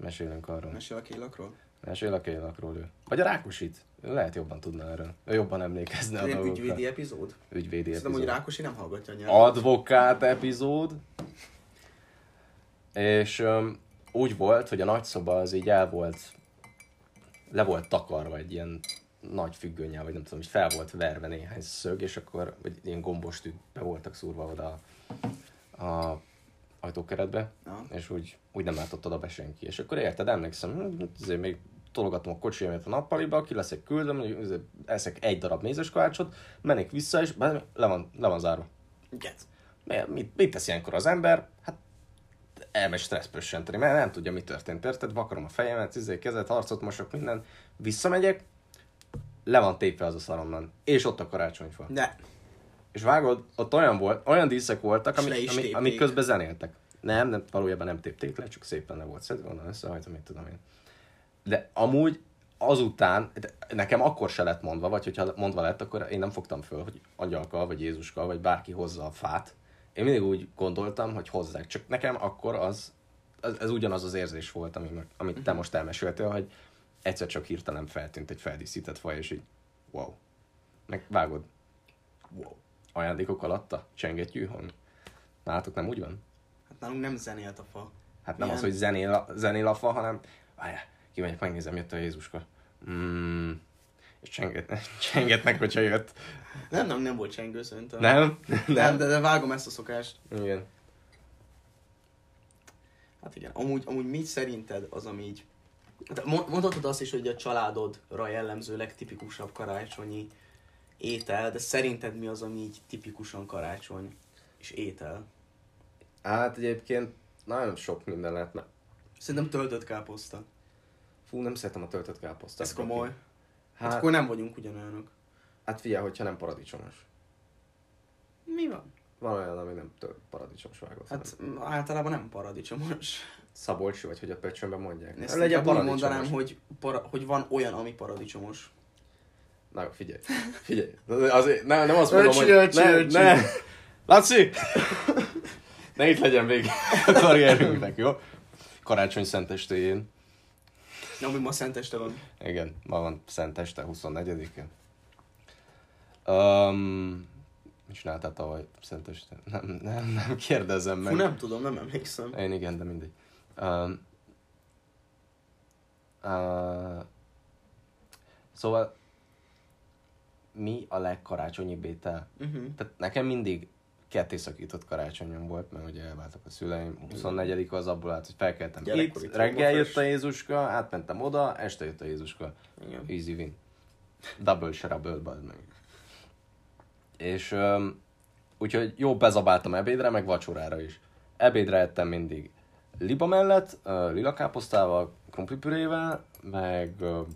[SPEAKER 1] mesélünk arról.
[SPEAKER 2] Mesél a kélakról.
[SPEAKER 1] Mesél a kélakról ő. Vagy a Rákosit. Ő lehet jobban tudna erről. Ő jobban emlékezne a
[SPEAKER 2] Ez egy
[SPEAKER 1] dolgokra.
[SPEAKER 2] ügyvédi epizód.
[SPEAKER 1] Ügyvédi
[SPEAKER 2] Szerintem, hogy
[SPEAKER 1] epizód.
[SPEAKER 2] Rákosi nem hallgatja a nyelvet.
[SPEAKER 1] Advokát epizód. És um, úgy volt, hogy a nagyszoba az így el volt, le volt takarva egy ilyen nagy függönnyel, vagy nem tudom, hogy fel volt verve néhány szög, és akkor vagy ilyen gombos tűbe voltak szúrva oda a, a ajtókeretbe,
[SPEAKER 2] Na.
[SPEAKER 1] és úgy, úgy nem látott oda be senki. És akkor érted, emlékszem, hm, azért még tologatom a kocsimat a nappaliba, ki leszek küldöm, hogy azért eszek egy darab mézes kalácsot, menek vissza, és bár- le van, le van zárva.
[SPEAKER 2] Igen.
[SPEAKER 1] Mi- Mit, mit tesz ilyenkor az ember? Hát elmegy stresszpössenteni, mert nem tudja, mi történt, érted? Vakarom a fejemet, izé, kezet, harcot mosok, minden. Visszamegyek, le van tépve az a szaromnan. És ott a karácsonyfa.
[SPEAKER 2] De,
[SPEAKER 1] És vágod, ott olyan volt, olyan díszek voltak,
[SPEAKER 2] És le
[SPEAKER 1] amik,
[SPEAKER 2] is
[SPEAKER 1] ami,
[SPEAKER 2] tépték.
[SPEAKER 1] amik közben zenéltek. Nem, nem, valójában nem tépték le, csak szépen le volt szedve, onnan összehajtva, mit tudom én. De amúgy azután, de nekem akkor se lett mondva, vagy hogyha mondva lett, akkor én nem fogtam föl, hogy angyalka, vagy Jézuska, vagy bárki hozza a fát. Én mindig úgy gondoltam, hogy hozzák, csak nekem akkor az, ez, ez ugyanaz az érzés volt, ami, amit
[SPEAKER 2] Mhm.
[SPEAKER 1] te most elmeséltél, hogy egyszer csak hirtelen feltűnt egy feldíszített fa, és így wow. Meg vágod,
[SPEAKER 2] wow.
[SPEAKER 1] ajándékok alatta? Csengettyű hang? Nálatok nem úgy van?
[SPEAKER 2] Hát nálunk nem zenélt a fa.
[SPEAKER 1] Hát nem
[SPEAKER 2] Milyen?
[SPEAKER 1] az, hogy zenél a, zenél a fa, hanem várjál, kimegyek, megnézem, jött a Jézuska. Mm. És csenget, csengetnek, hogyha jött.
[SPEAKER 2] Nem, nem, nem volt csengő szerintem.
[SPEAKER 1] Nem?
[SPEAKER 2] Nem, de, de vágom ezt a szokást.
[SPEAKER 1] Igen.
[SPEAKER 2] Hát igen, amúgy, amúgy mit szerinted az, ami így... Hát mo- mondhatod azt is, hogy a családodra jellemző legtipikusabb karácsonyi étel, de szerinted mi az, ami így tipikusan karácsony és étel?
[SPEAKER 1] Hát egyébként nagyon sok minden lehetne.
[SPEAKER 2] Szerintem töltött káposzta.
[SPEAKER 1] Fú, nem szeretem a töltött káposztát.
[SPEAKER 2] Ez komoly. Hát,
[SPEAKER 1] Hát-
[SPEAKER 2] akkor nem vagyunk ugyanolyanok.
[SPEAKER 1] Hát figyelj, hogyha nem paradicsomos.
[SPEAKER 2] Mi van?
[SPEAKER 1] Van olyan, ami nem több paradicsomos vágott. Hát,
[SPEAKER 2] Hát m- általában nem paradicsomos.
[SPEAKER 1] Szabolcsi, vagy hogy a pöcsönben mondják.
[SPEAKER 2] Ezt legyen úgy mondanám, hogy, para, hogy van olyan, ami paradicsomos.
[SPEAKER 1] Na, figyelj, figyelj. Azért, nem, nem azt
[SPEAKER 2] Öcsi,
[SPEAKER 1] mondom, hogy...
[SPEAKER 2] öcsi,
[SPEAKER 1] ne,
[SPEAKER 2] öcsi.
[SPEAKER 1] ne. Laci! ne itt legyen vége a karrierünknek, jó? Karácsony szentestéjén.
[SPEAKER 2] Ami ma szenteste van.
[SPEAKER 1] Igen, ma van szenteste, 24-én. Um, mit csináltál tavaly szenteste? Nem, nem, nem kérdezem meg.
[SPEAKER 2] Fú, nem tudom, nem emlékszem.
[SPEAKER 1] Én igen, de mindegy. Um, uh, szóval mi a legkarácsonyibb étel?
[SPEAKER 2] Uh-huh.
[SPEAKER 1] Tehát nekem mindig ketté szakított karácsonyom volt, mert ugye elváltak a szüleim. 24 az abból állt, hogy felkeltem
[SPEAKER 2] Gyerekkori
[SPEAKER 1] itt, reggel
[SPEAKER 2] trauma
[SPEAKER 1] jött
[SPEAKER 2] fresh.
[SPEAKER 1] a Jézuska, átmentem oda, este jött a Jézuska.
[SPEAKER 2] Igen.
[SPEAKER 1] Easy win. Double shrubble, bazd meg. És um, úgyhogy jó bezabáltam ebédre, meg vacsorára is. Ebédre ettem mindig liba mellett, uh, lila káposztával, krumplipürével, meg uh,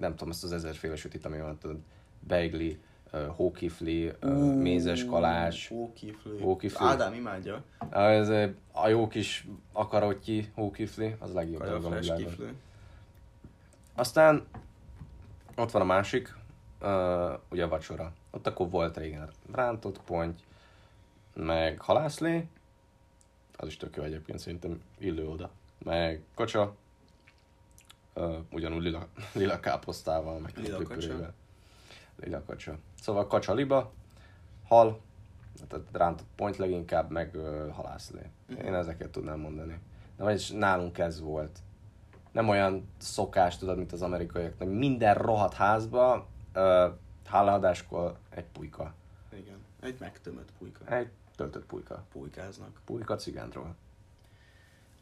[SPEAKER 1] nem tudom, ezt az ezerféle sütit, ami van, tudod, beigli, uh, hókifli, uh, mézes kalás,
[SPEAKER 2] Hókiflő.
[SPEAKER 1] Hókiflő.
[SPEAKER 2] Ádám imádja.
[SPEAKER 1] uh, ez ö, a jó kis akarottyi hókifli, az a legjobb dolog a
[SPEAKER 2] Kajafrás
[SPEAKER 1] világon.
[SPEAKER 2] kiflő.
[SPEAKER 1] Aztán ott van a másik, uh, ugye a vacsora. Ott akkor volt régen rántott ponty, meg halászlé, az is tök jó egyébként, szerintem illő oda. Meg kacsa, uh, ugyanúgy lila, lila káposztával, meg
[SPEAKER 2] Lila kacsa.
[SPEAKER 1] krumpli-pürével. Lila kacsa. Szóval kacsa liba, hal, tehát rántott ponty leginkább, meg uh, halászlé. Én ezeket tudnám mondani. De vagyis nálunk ez volt. Nem olyan szokás, tudod, mint az amerikaiaknak. Minden rohadt házba, uh, háladáskor egy pulyka.
[SPEAKER 2] Igen. Egy megtömött pulyka.
[SPEAKER 1] Egy töltött pulyka.
[SPEAKER 2] Pulykáznak.
[SPEAKER 1] Pulyka cigányról.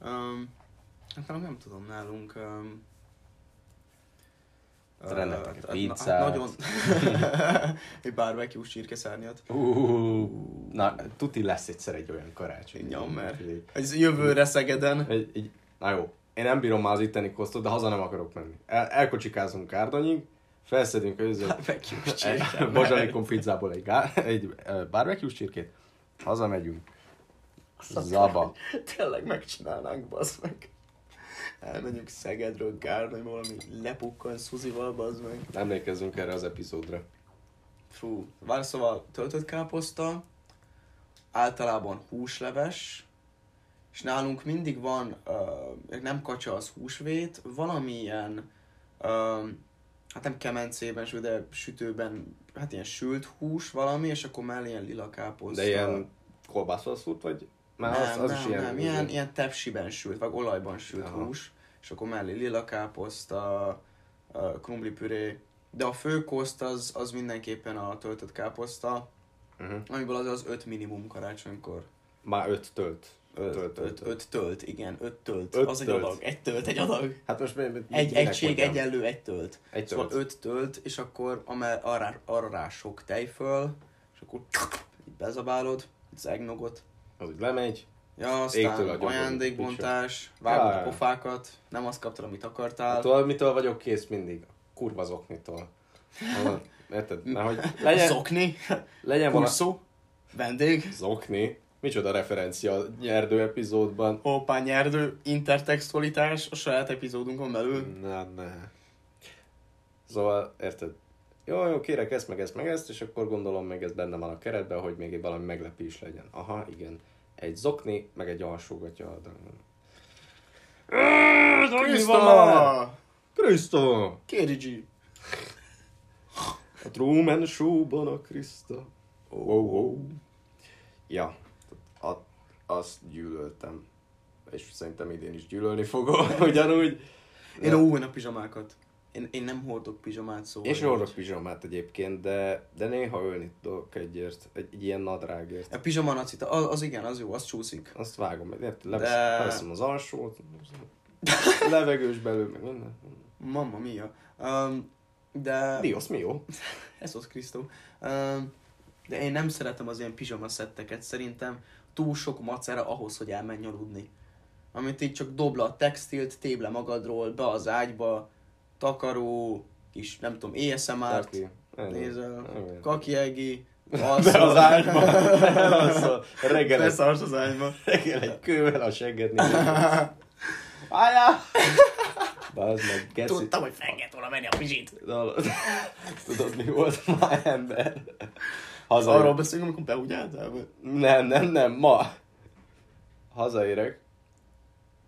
[SPEAKER 2] Um, hát nálunk nem tudom, nálunk... Um,
[SPEAKER 1] Te rendeltek
[SPEAKER 2] hát
[SPEAKER 1] egy Hát pizzát.
[SPEAKER 2] nagyon... egy barbecue csirkeszárnyat.
[SPEAKER 1] Uh, na, tuti lesz egyszer egy olyan karácsony.
[SPEAKER 2] Nyommer.
[SPEAKER 1] Egy,
[SPEAKER 2] Ez jövőre Szegeden.
[SPEAKER 1] egy, egy, na jó, én nem bírom már az itteni kosztot, de haza nem akarok menni. El, elkocsikázunk Kárdonyig, felszedünk a üzőt.
[SPEAKER 2] Barbecue
[SPEAKER 1] Egy
[SPEAKER 2] csirke.
[SPEAKER 1] bazsalikon pizzából egy, gá- egy ö, barbecue-s csirkét, hazamegyünk.
[SPEAKER 2] Azt
[SPEAKER 1] Zaba.
[SPEAKER 2] Tényleg megcsinálnánk, bazd meg. Elmegyünk Szegedről, Gárnai, valami lepukkan Szuzival, bazd meg.
[SPEAKER 1] Emlékezzünk erre az epizódra.
[SPEAKER 2] Fú, vár szóval töltött káposzta, általában húsleves, és nálunk mindig van, uh, nem kacsa, az húsvét, valamilyen, uh, hát nem kemencében, ső, de sütőben, hát ilyen sült hús valami, és akkor mellé ilyen lila káposzta.
[SPEAKER 1] De ilyen kolbászval szúrt, vagy? Már
[SPEAKER 2] nem,
[SPEAKER 1] az, az
[SPEAKER 2] nem,
[SPEAKER 1] is ilyen.
[SPEAKER 2] nem, ilyen, ilyen tepsiben sült, vagy olajban sült Aha.
[SPEAKER 1] Aha.
[SPEAKER 2] hús, és akkor mellé lila káposzta, ö, krumplipüré, de a főkoszt az, az mindenképpen a töltött káposzta,
[SPEAKER 1] Uh-huh.
[SPEAKER 2] amiből az az öt minimum karácsonykor.
[SPEAKER 1] Már öt tölt.
[SPEAKER 2] Öt,
[SPEAKER 1] Tölt,
[SPEAKER 2] öt,
[SPEAKER 1] tölt,
[SPEAKER 2] öt,
[SPEAKER 1] tölt.
[SPEAKER 2] öt tölt, igen, öt tölt.
[SPEAKER 1] Öt
[SPEAKER 2] az egy
[SPEAKER 1] tölt.
[SPEAKER 2] adag, egy tölt, egy adag.
[SPEAKER 1] Hát most mi, mi,
[SPEAKER 2] Egy
[SPEAKER 1] minek
[SPEAKER 2] egység
[SPEAKER 1] mondjam?
[SPEAKER 2] egyenlő egy tölt.
[SPEAKER 1] Egy
[SPEAKER 2] Szóval
[SPEAKER 1] tölt.
[SPEAKER 2] öt tölt, és akkor amel, arra, arra rá sok tej föl, és akkor így bezabálod, az egnogot.
[SPEAKER 1] Az úgy lemegy.
[SPEAKER 2] Ja,
[SPEAKER 1] Égtől a
[SPEAKER 2] aztán
[SPEAKER 1] gyomrom,
[SPEAKER 2] ajándékbontás, vágod a
[SPEAKER 1] Ja.
[SPEAKER 2] pofákat, nem azt kaptad, amit akartál.
[SPEAKER 1] Tudod, mitől vagyok kész mindig? Kurva zoknitól. Tudod, Érted? Mert hogy legyen,
[SPEAKER 2] Szokni,
[SPEAKER 1] legyen valami...
[SPEAKER 2] kurszó, vendég,
[SPEAKER 1] Zokni? Micsoda referencia a nyerdő epizódban.
[SPEAKER 2] hoppá nyerdő, intertextualitás a saját epizódunkon belül.
[SPEAKER 1] Na, ne. Szóval, érted? Jó, jó, kérek ezt, meg ezt, meg ezt, és akkor gondolom még ez benne van a keretben, hogy még egy valami meglepés legyen. Aha, igen. Egy zokni, meg egy alsógatja a
[SPEAKER 2] Kriszta!
[SPEAKER 1] Krista!
[SPEAKER 2] Kérigi!
[SPEAKER 1] A Truman Show-ban a Krista. Oh, oh, oh. Ja, a, azt gyűlöltem. És szerintem idén is gyűlölni fogom, ugyanúgy.
[SPEAKER 2] Én óvén a pizsamákat. Én, én nem hordok pizsamát, szóval...
[SPEAKER 1] És hordok pizsamát egyébként, de, de néha ölni tudok egyért, egy, egy ilyen nadrágért.
[SPEAKER 2] A pizsamanacita, az, az igen, az jó, az csúszik.
[SPEAKER 1] Azt vágom, érted?
[SPEAKER 2] De-
[SPEAKER 1] Levesz- leveszem az alsót, levegős belül, meg minden.
[SPEAKER 2] Mamma mia. Um, de...
[SPEAKER 1] Dios mio.
[SPEAKER 2] Ez az Krisztó. Um, de én nem szeretem az ilyen pizsamaszetteket, szerintem túl sok macera ahhoz, hogy elmenj aludni. Amit így csak dobla a textilt, téble magadról, be az ágyba, takaró, kis nem tudom, ASMR-t
[SPEAKER 1] Kaki.
[SPEAKER 2] nézel,
[SPEAKER 1] Igen.
[SPEAKER 2] kaki egi,
[SPEAKER 1] Be az
[SPEAKER 2] alszol,
[SPEAKER 1] ágyba, elalszol, reggel egy,
[SPEAKER 2] beszarsz az ágyba.
[SPEAKER 1] reggel egy kővel a segget nézel. Várjál! Bazd meg, geci.
[SPEAKER 2] Tudtam, hogy fenget volna menni a pizsit.
[SPEAKER 1] Dal- Tudod, mi volt ma ember?
[SPEAKER 2] Az arról
[SPEAKER 1] Hazaérek.
[SPEAKER 2] beszélünk, amikor beugyáltál, vagy?
[SPEAKER 1] Nem, nem, nem, ma. Hazaérek.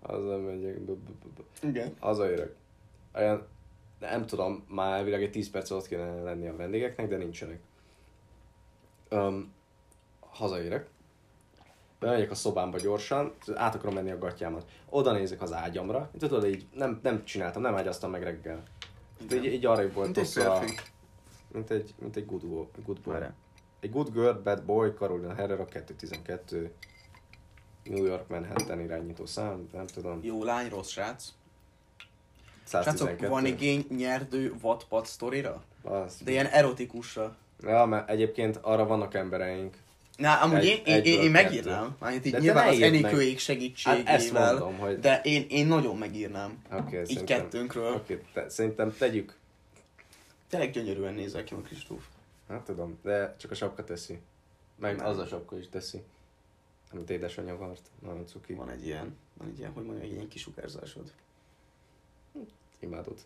[SPEAKER 1] Hazamegyek. bu- bu- bu- bu.
[SPEAKER 2] Igen.
[SPEAKER 1] Hazaérek. Olyan, nem tudom, már elvileg egy 10 perc alatt kéne lenni a vendégeknek, de nincsenek. Um, hazaérek. Bemegyek a szobámba gyorsan, át akarom menni a gatyámat. Oda nézek az ágyamra. Tudod, így nem, nem csináltam, nem ágyaztam meg reggel. De így, így arra volt
[SPEAKER 2] Mint egy
[SPEAKER 1] hosszú a-
[SPEAKER 2] férfi.
[SPEAKER 1] mint egy, mint egy good, bo- good boy.
[SPEAKER 2] Várjál.
[SPEAKER 1] Egy good girl, bad boy, Carolina Herrera, 212, New York, Manhattan irányító szám, nem tudom,
[SPEAKER 2] Jó lány, rossz srác. Srácok,
[SPEAKER 1] 112.
[SPEAKER 2] van igény nyerdő vadpad sztorira?
[SPEAKER 1] Basz.
[SPEAKER 2] De ilyen erotikusra.
[SPEAKER 1] Ja, mert egyébként arra vannak embereink.
[SPEAKER 2] Na, amúgy
[SPEAKER 1] Egy-
[SPEAKER 2] én, én, én,
[SPEAKER 1] egyből
[SPEAKER 2] én
[SPEAKER 1] kettő.
[SPEAKER 2] megírnám. Mármint így
[SPEAKER 1] De te
[SPEAKER 2] nyilván
[SPEAKER 1] ne
[SPEAKER 2] az
[SPEAKER 1] írd meg.
[SPEAKER 2] Enikőék
[SPEAKER 1] Hát
[SPEAKER 2] segítségével.
[SPEAKER 1] ezt mondom, hogy...
[SPEAKER 2] De én, én nagyon megírnám.
[SPEAKER 1] Okay,
[SPEAKER 2] így kettőnkről.
[SPEAKER 1] Oké, te, szerintem tegyük.
[SPEAKER 2] Tényleg gyönyörűen nézel ki a Kristóf.
[SPEAKER 1] Hát tudom, de csak a sapka teszi. Meg
[SPEAKER 2] Nem.
[SPEAKER 1] az a sapka is teszi. Amit édesanyja vart, nagyon cuki.
[SPEAKER 2] Van egy ilyen, van egy ilyen, hogy mondjam, egy ilyen kisugárzásod.
[SPEAKER 1] Imádod.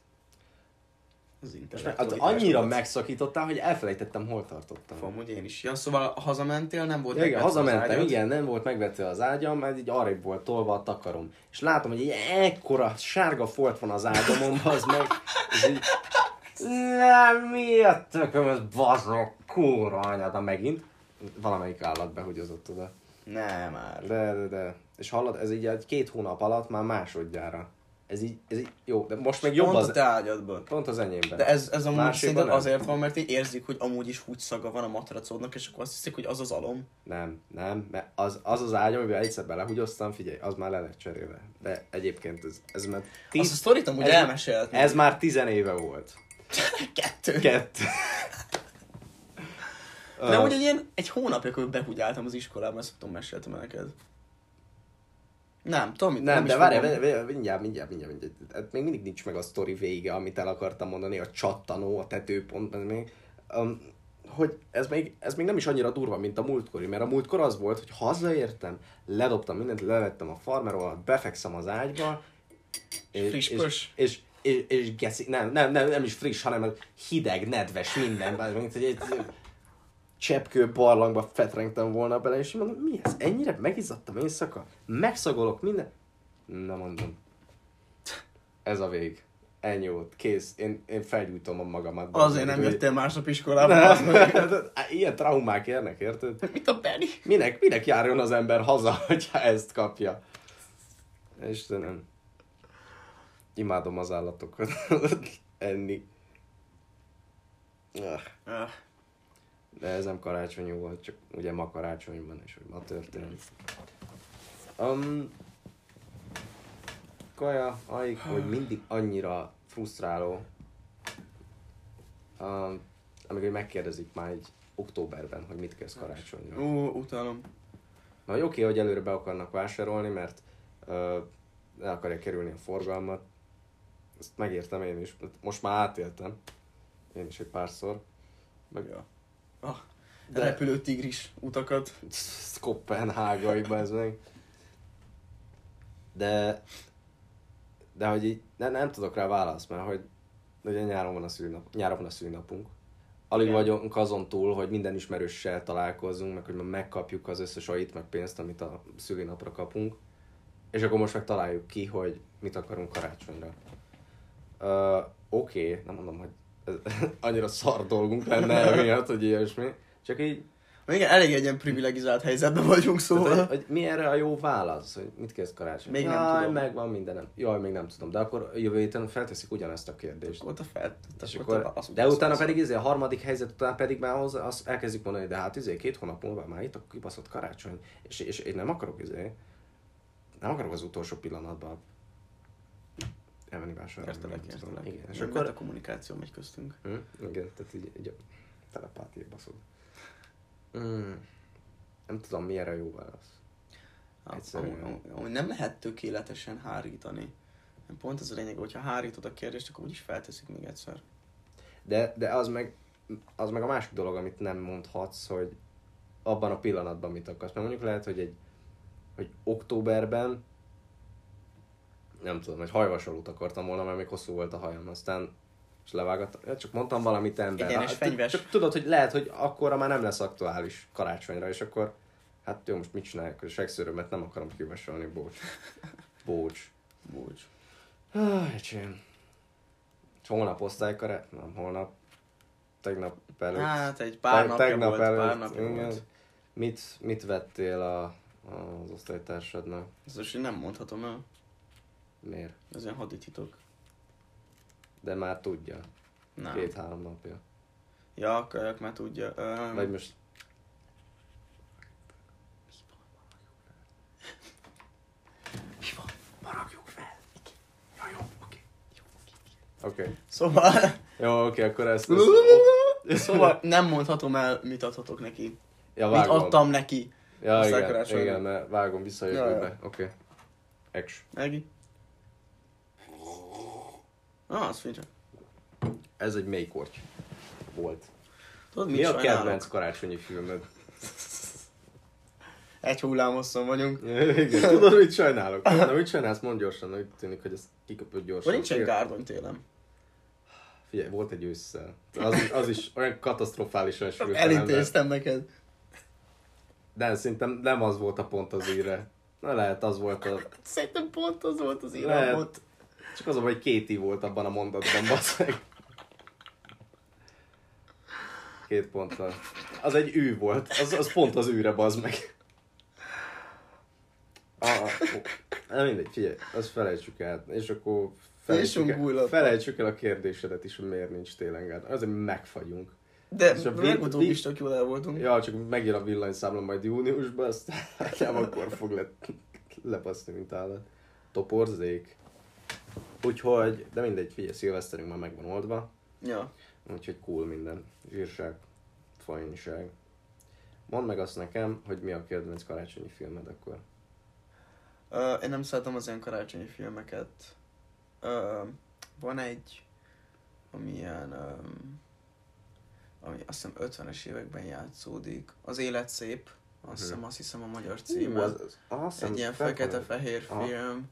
[SPEAKER 2] Az internet.
[SPEAKER 1] Hát annyira megszakítottál, hogy elfelejtettem, hol tartottam.
[SPEAKER 2] Amúgy én is. Ja, szóval ha hazamentél, nem volt
[SPEAKER 1] Ja, igen,
[SPEAKER 2] megvetve az
[SPEAKER 1] hazamentem,
[SPEAKER 2] ágyad?
[SPEAKER 1] igen, nem volt megvető az ágyam, mert így arrébb volt tolva a takarom. És látom, hogy egy ekkora sárga folt van az ágyamon, az meg, és így, nem, mi a tököm, ez bazdmeg, kóra anyáda megint. Valamelyik állat behugyozott oda.
[SPEAKER 2] Ne már.
[SPEAKER 1] De, de, de. És hallod, ez így egy két hónap alatt már másodjára. Ez így, ez így jó, de most meg jobb
[SPEAKER 2] Pont a
[SPEAKER 1] az, e-
[SPEAKER 2] te ágyadban.
[SPEAKER 1] pont az enyémben.
[SPEAKER 2] De ez, ez amúgy
[SPEAKER 1] Másikban
[SPEAKER 2] szerintem
[SPEAKER 1] nem.
[SPEAKER 2] azért van, mert így érzik, hogy amúgy is húgy szaga van a matracodnak, és akkor azt hiszik, hogy az az alom.
[SPEAKER 1] Nem, nem, mert az az, az ágy, amivel egyszer belehugyoztam, figyelj, az már le lett cserélve. De egyébként ez, ez már tíz,
[SPEAKER 2] Azt a sztorit amúgy
[SPEAKER 1] ez-
[SPEAKER 2] elmesélt.
[SPEAKER 1] Ez már tizen éve volt.
[SPEAKER 2] kettő.
[SPEAKER 1] Kettő.
[SPEAKER 2] De amúgy egy ilyen, egy hónapja, amikor behugyáltam az iskolában, ezt tudom, meséltem el neked. Nem, tudom,
[SPEAKER 1] Ö,
[SPEAKER 2] mit-
[SPEAKER 1] nem,
[SPEAKER 2] is
[SPEAKER 1] de várj,
[SPEAKER 2] tudom.
[SPEAKER 1] várj, várj, mindjárt, mindjárt, mindjárt, mindjárt. Hát még mindig nincs meg a sztori vége, amit el akartam mondani, a csattanó, a tetőpont, ez még, um, hogy ez még, ez még nem is annyira durva, mint a múltkori, mert a múltkor az volt, hogy hazaértem, ledobtam mindent, levettem a farmerról, befekszem az ágyba, és,
[SPEAKER 2] Friss
[SPEAKER 1] és,
[SPEAKER 2] pös.
[SPEAKER 1] és, és, és geszi, nem, nem, nem, nem is friss, hanem az hideg, nedves minden, bár mint egy, egy cseppkő barlangba fetrengtem volna bele, és mondom, mi ez, ennyire megizzadtam éjszaka, megszagolok minden, nem mondom. Ez a vég. Ennyi volt, kész, én, én felgyújtom a magamat.
[SPEAKER 2] Azért nem
[SPEAKER 1] Úgyhogy-
[SPEAKER 2] jöttél másnap iskolába. az meg-
[SPEAKER 1] Ilyen traumák érnek, érted?
[SPEAKER 2] Mit a Benny?
[SPEAKER 1] Minek, minek járjon az ember haza, hogyha ezt kapja? Istenem. Imádom az állatokat enni. Ah,
[SPEAKER 2] Ah,
[SPEAKER 1] De ez nem karácsonyú volt, csak ugye ma karácsony van, és hogy ma történt. Um, kaja, aik, hogy mindig annyira frusztráló. Um, amikor megkérdezik már egy októberben, hogy mit kezd karácsonyra.
[SPEAKER 2] Ú, utálom.
[SPEAKER 1] Na, hogy oké, hogy előre be akarnak vásárolni, mert ö, el akarják kerülni a forgalmat. Ezt megértem én is. Most már átéltem. Én is egy párszor. Meg
[SPEAKER 2] Ja. Ah,
[SPEAKER 1] De-
[SPEAKER 2] de... Repülő tigris utakat.
[SPEAKER 1] Kopenhágaiba ez meg. De, de hogy így ne, nem tudok rá választ, mert hogy ugye nyáron van a, szülinap, nyáron van a szülinapunk. Alig
[SPEAKER 2] Igen.
[SPEAKER 1] vagyunk azon túl, hogy minden ismerőssel találkozunk, meg hogy már megkapjuk az összes ait, meg pénzt, amit a szülinapra kapunk. És akkor most meg találjuk ki, hogy mit akarunk karácsonyra. Ö, Oké, nem mondom, hogy ez, annyira szar dolgunk lenne emiatt, hogy ilyesmi. Csak így
[SPEAKER 2] Igen, elég egy ilyen privilegizált helyzetben vagyunk,
[SPEAKER 1] Szóval...
[SPEAKER 2] szóval.
[SPEAKER 1] Tehát, hogy, hogy mi erre a jó válasz, hogy mit kezd karácsony?
[SPEAKER 2] Még nem tudom.
[SPEAKER 1] megvan mindenem. Jaj, még nem tudom. De akkor jövő héten felteszik ugyanezt a kérdést.
[SPEAKER 2] Ott a fel.
[SPEAKER 1] És
[SPEAKER 2] ott
[SPEAKER 1] akkor,
[SPEAKER 2] a- az-
[SPEAKER 1] de
[SPEAKER 2] az-
[SPEAKER 1] utána
[SPEAKER 2] az-
[SPEAKER 1] pedig izé, a harmadik helyzet után pedig már az, azt elkezdik mondani, de hát izé, két hónap múlva már itt a kibaszott karácsony, és, és én nem akarok izé, nem akarok az utolsó pillanatban elmenni vásárolni.
[SPEAKER 2] Értelek,
[SPEAKER 1] nem tudom.
[SPEAKER 2] értelek.
[SPEAKER 1] Igen, és
[SPEAKER 2] Meg hát
[SPEAKER 1] akkor...
[SPEAKER 2] a kommunikáció megy köztünk.
[SPEAKER 1] Hm? Igen, tehát így, így a telepátia baszod. Mm. Nem tudom, mi erre jó válasz.
[SPEAKER 2] Hát,
[SPEAKER 1] Egyszerűen.
[SPEAKER 2] amúgy- amúgy nem lehet tökéletesen hárítani Pont ez a lényeg, hogyha hárítod a kérdést, akkor úgyis felteszik még egyszer.
[SPEAKER 1] De, de az, meg, az meg a másik dolog, amit nem mondhatsz, hogy abban a pillanatban mit akarsz. Mert mondjuk lehet, hogy egy hogy októberben nem tudom, egy hajvasalót akartam volna, mert még hosszú volt a hajam, aztán és levágattam. Ja, csak mondtam valamit ember.
[SPEAKER 2] Igen, és
[SPEAKER 1] Hát,
[SPEAKER 2] fenyves.
[SPEAKER 1] Csak tudod, hogy lehet, hogy akkorra már nem lesz aktuális karácsonyra, és akkor hát jó, most mit csináljuk, a sekszőrömet nem akarom kivasalni, bocs. Bocs.
[SPEAKER 2] Bocs.
[SPEAKER 1] Ah, öcsém. És holnap osztálykarát? Nem, holnap. Tegnap előtt.
[SPEAKER 2] Hát egy pár
[SPEAKER 1] Te-
[SPEAKER 2] napja volt, pár napja
[SPEAKER 1] igen.
[SPEAKER 2] volt.
[SPEAKER 1] Mit, mit vettél a, az osztálytársadnak?
[SPEAKER 2] Ezt most én nem mondhatom el.
[SPEAKER 1] Miért?
[SPEAKER 2] Ez ilyen hadititok.
[SPEAKER 1] De már tudja.
[SPEAKER 2] Nem.
[SPEAKER 1] Két-három napja.
[SPEAKER 2] Ja, a kölyök már tudja. Um,
[SPEAKER 1] Vagy most...
[SPEAKER 2] mi van? Maragjuk fel. Ja, jó, oké.
[SPEAKER 1] Oké. Okay.
[SPEAKER 2] Szóval...
[SPEAKER 1] Jó, oké, okay, akkor ezt... ezt...
[SPEAKER 2] szóval nem mondhatom el, mit adhatok neki.
[SPEAKER 1] ja,
[SPEAKER 2] Mit
[SPEAKER 1] vágom.
[SPEAKER 2] adtam neki.
[SPEAKER 1] Ja, igen,
[SPEAKER 2] osztálykarácsonyra.
[SPEAKER 1] igen, mert vágom vissza a
[SPEAKER 2] Ja, ja.
[SPEAKER 1] jövőbe. Oké. Okay. Ex.
[SPEAKER 2] Egi? Ah, az fincsa.
[SPEAKER 1] Ez egy mélykorty volt.
[SPEAKER 2] Tudod, mit
[SPEAKER 1] Mi a
[SPEAKER 2] sajnálok?
[SPEAKER 1] kedvenc karácsonyi filmed?
[SPEAKER 2] Egy hullámosszon vagyunk.
[SPEAKER 1] Igen, tudod, mit sajnálok? Na, mit sajnálsz? Mondd gyorsan, úgy tűnik, hogy ez kiköpött gyorsan.
[SPEAKER 2] Vagy nincsen
[SPEAKER 1] Figyelj,
[SPEAKER 2] gárdony télem.
[SPEAKER 1] Figyelj, volt egy ősszel. Az, az is olyan katasztrofálisan sült.
[SPEAKER 2] Elintéztem neked.
[SPEAKER 1] De szerintem nem az volt a pont az íre. Na lehet, az volt a...
[SPEAKER 2] Szerintem pont az volt az
[SPEAKER 1] Lehet.
[SPEAKER 2] iramot.
[SPEAKER 1] Csak az a baj, hogy két i volt abban a mondatban, baszeg. Két ponttal. Az egy ő volt. Az, az pont az őre, bazd meg. Ah, ah, na mindegy, figyelj, azt felejtsük el. És akkor felejtsük
[SPEAKER 2] Nyissunk újra.
[SPEAKER 1] el, felejtsük el a kérdésedet is, hogy miért nincs télen Azért megfagyunk.
[SPEAKER 2] De
[SPEAKER 1] És a vi-
[SPEAKER 2] legutóbb
[SPEAKER 1] vi-
[SPEAKER 2] is tök jól el voltunk.
[SPEAKER 1] Ja, csak megír a villanyszámla majd júniusban, aztán nem akkor fog le, lepaszni, mint állat. Toporzék. Úgyhogy, de mindegy, figyelj, szilveszterünk már meg van oldva,
[SPEAKER 2] Ja.
[SPEAKER 1] úgyhogy cool minden. Zsírság, fajnság. Mondd meg azt nekem, hogy mi a kedvenc karácsonyi filmed akkor.
[SPEAKER 2] Ö, én nem szeretem az ilyen karácsonyi filmeket. Ö, van egy, ami ilyen, ö, ami azt hiszem 50-es években játszódik. Az élet szép,
[SPEAKER 1] Mhm.
[SPEAKER 2] azt hiszem, azt hiszem a magyar címe.
[SPEAKER 1] az, az, azt hiszem,
[SPEAKER 2] egy ilyen
[SPEAKER 1] fel kellene-
[SPEAKER 2] fekete-fehér
[SPEAKER 1] Aha.
[SPEAKER 2] film.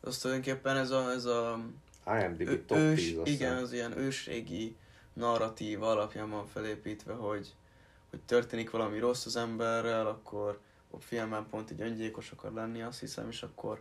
[SPEAKER 2] Az tulajdonképpen ez a, ez a
[SPEAKER 1] IMDb
[SPEAKER 2] ő-
[SPEAKER 1] top 10
[SPEAKER 2] ős, igen,
[SPEAKER 1] azt hiszem.
[SPEAKER 2] az ilyen ősrégi narratív alapján van felépítve, hogy, hogy történik valami rossz az emberrel, akkor a filmben pont egy öngyilkos akar lenni, azt hiszem, és akkor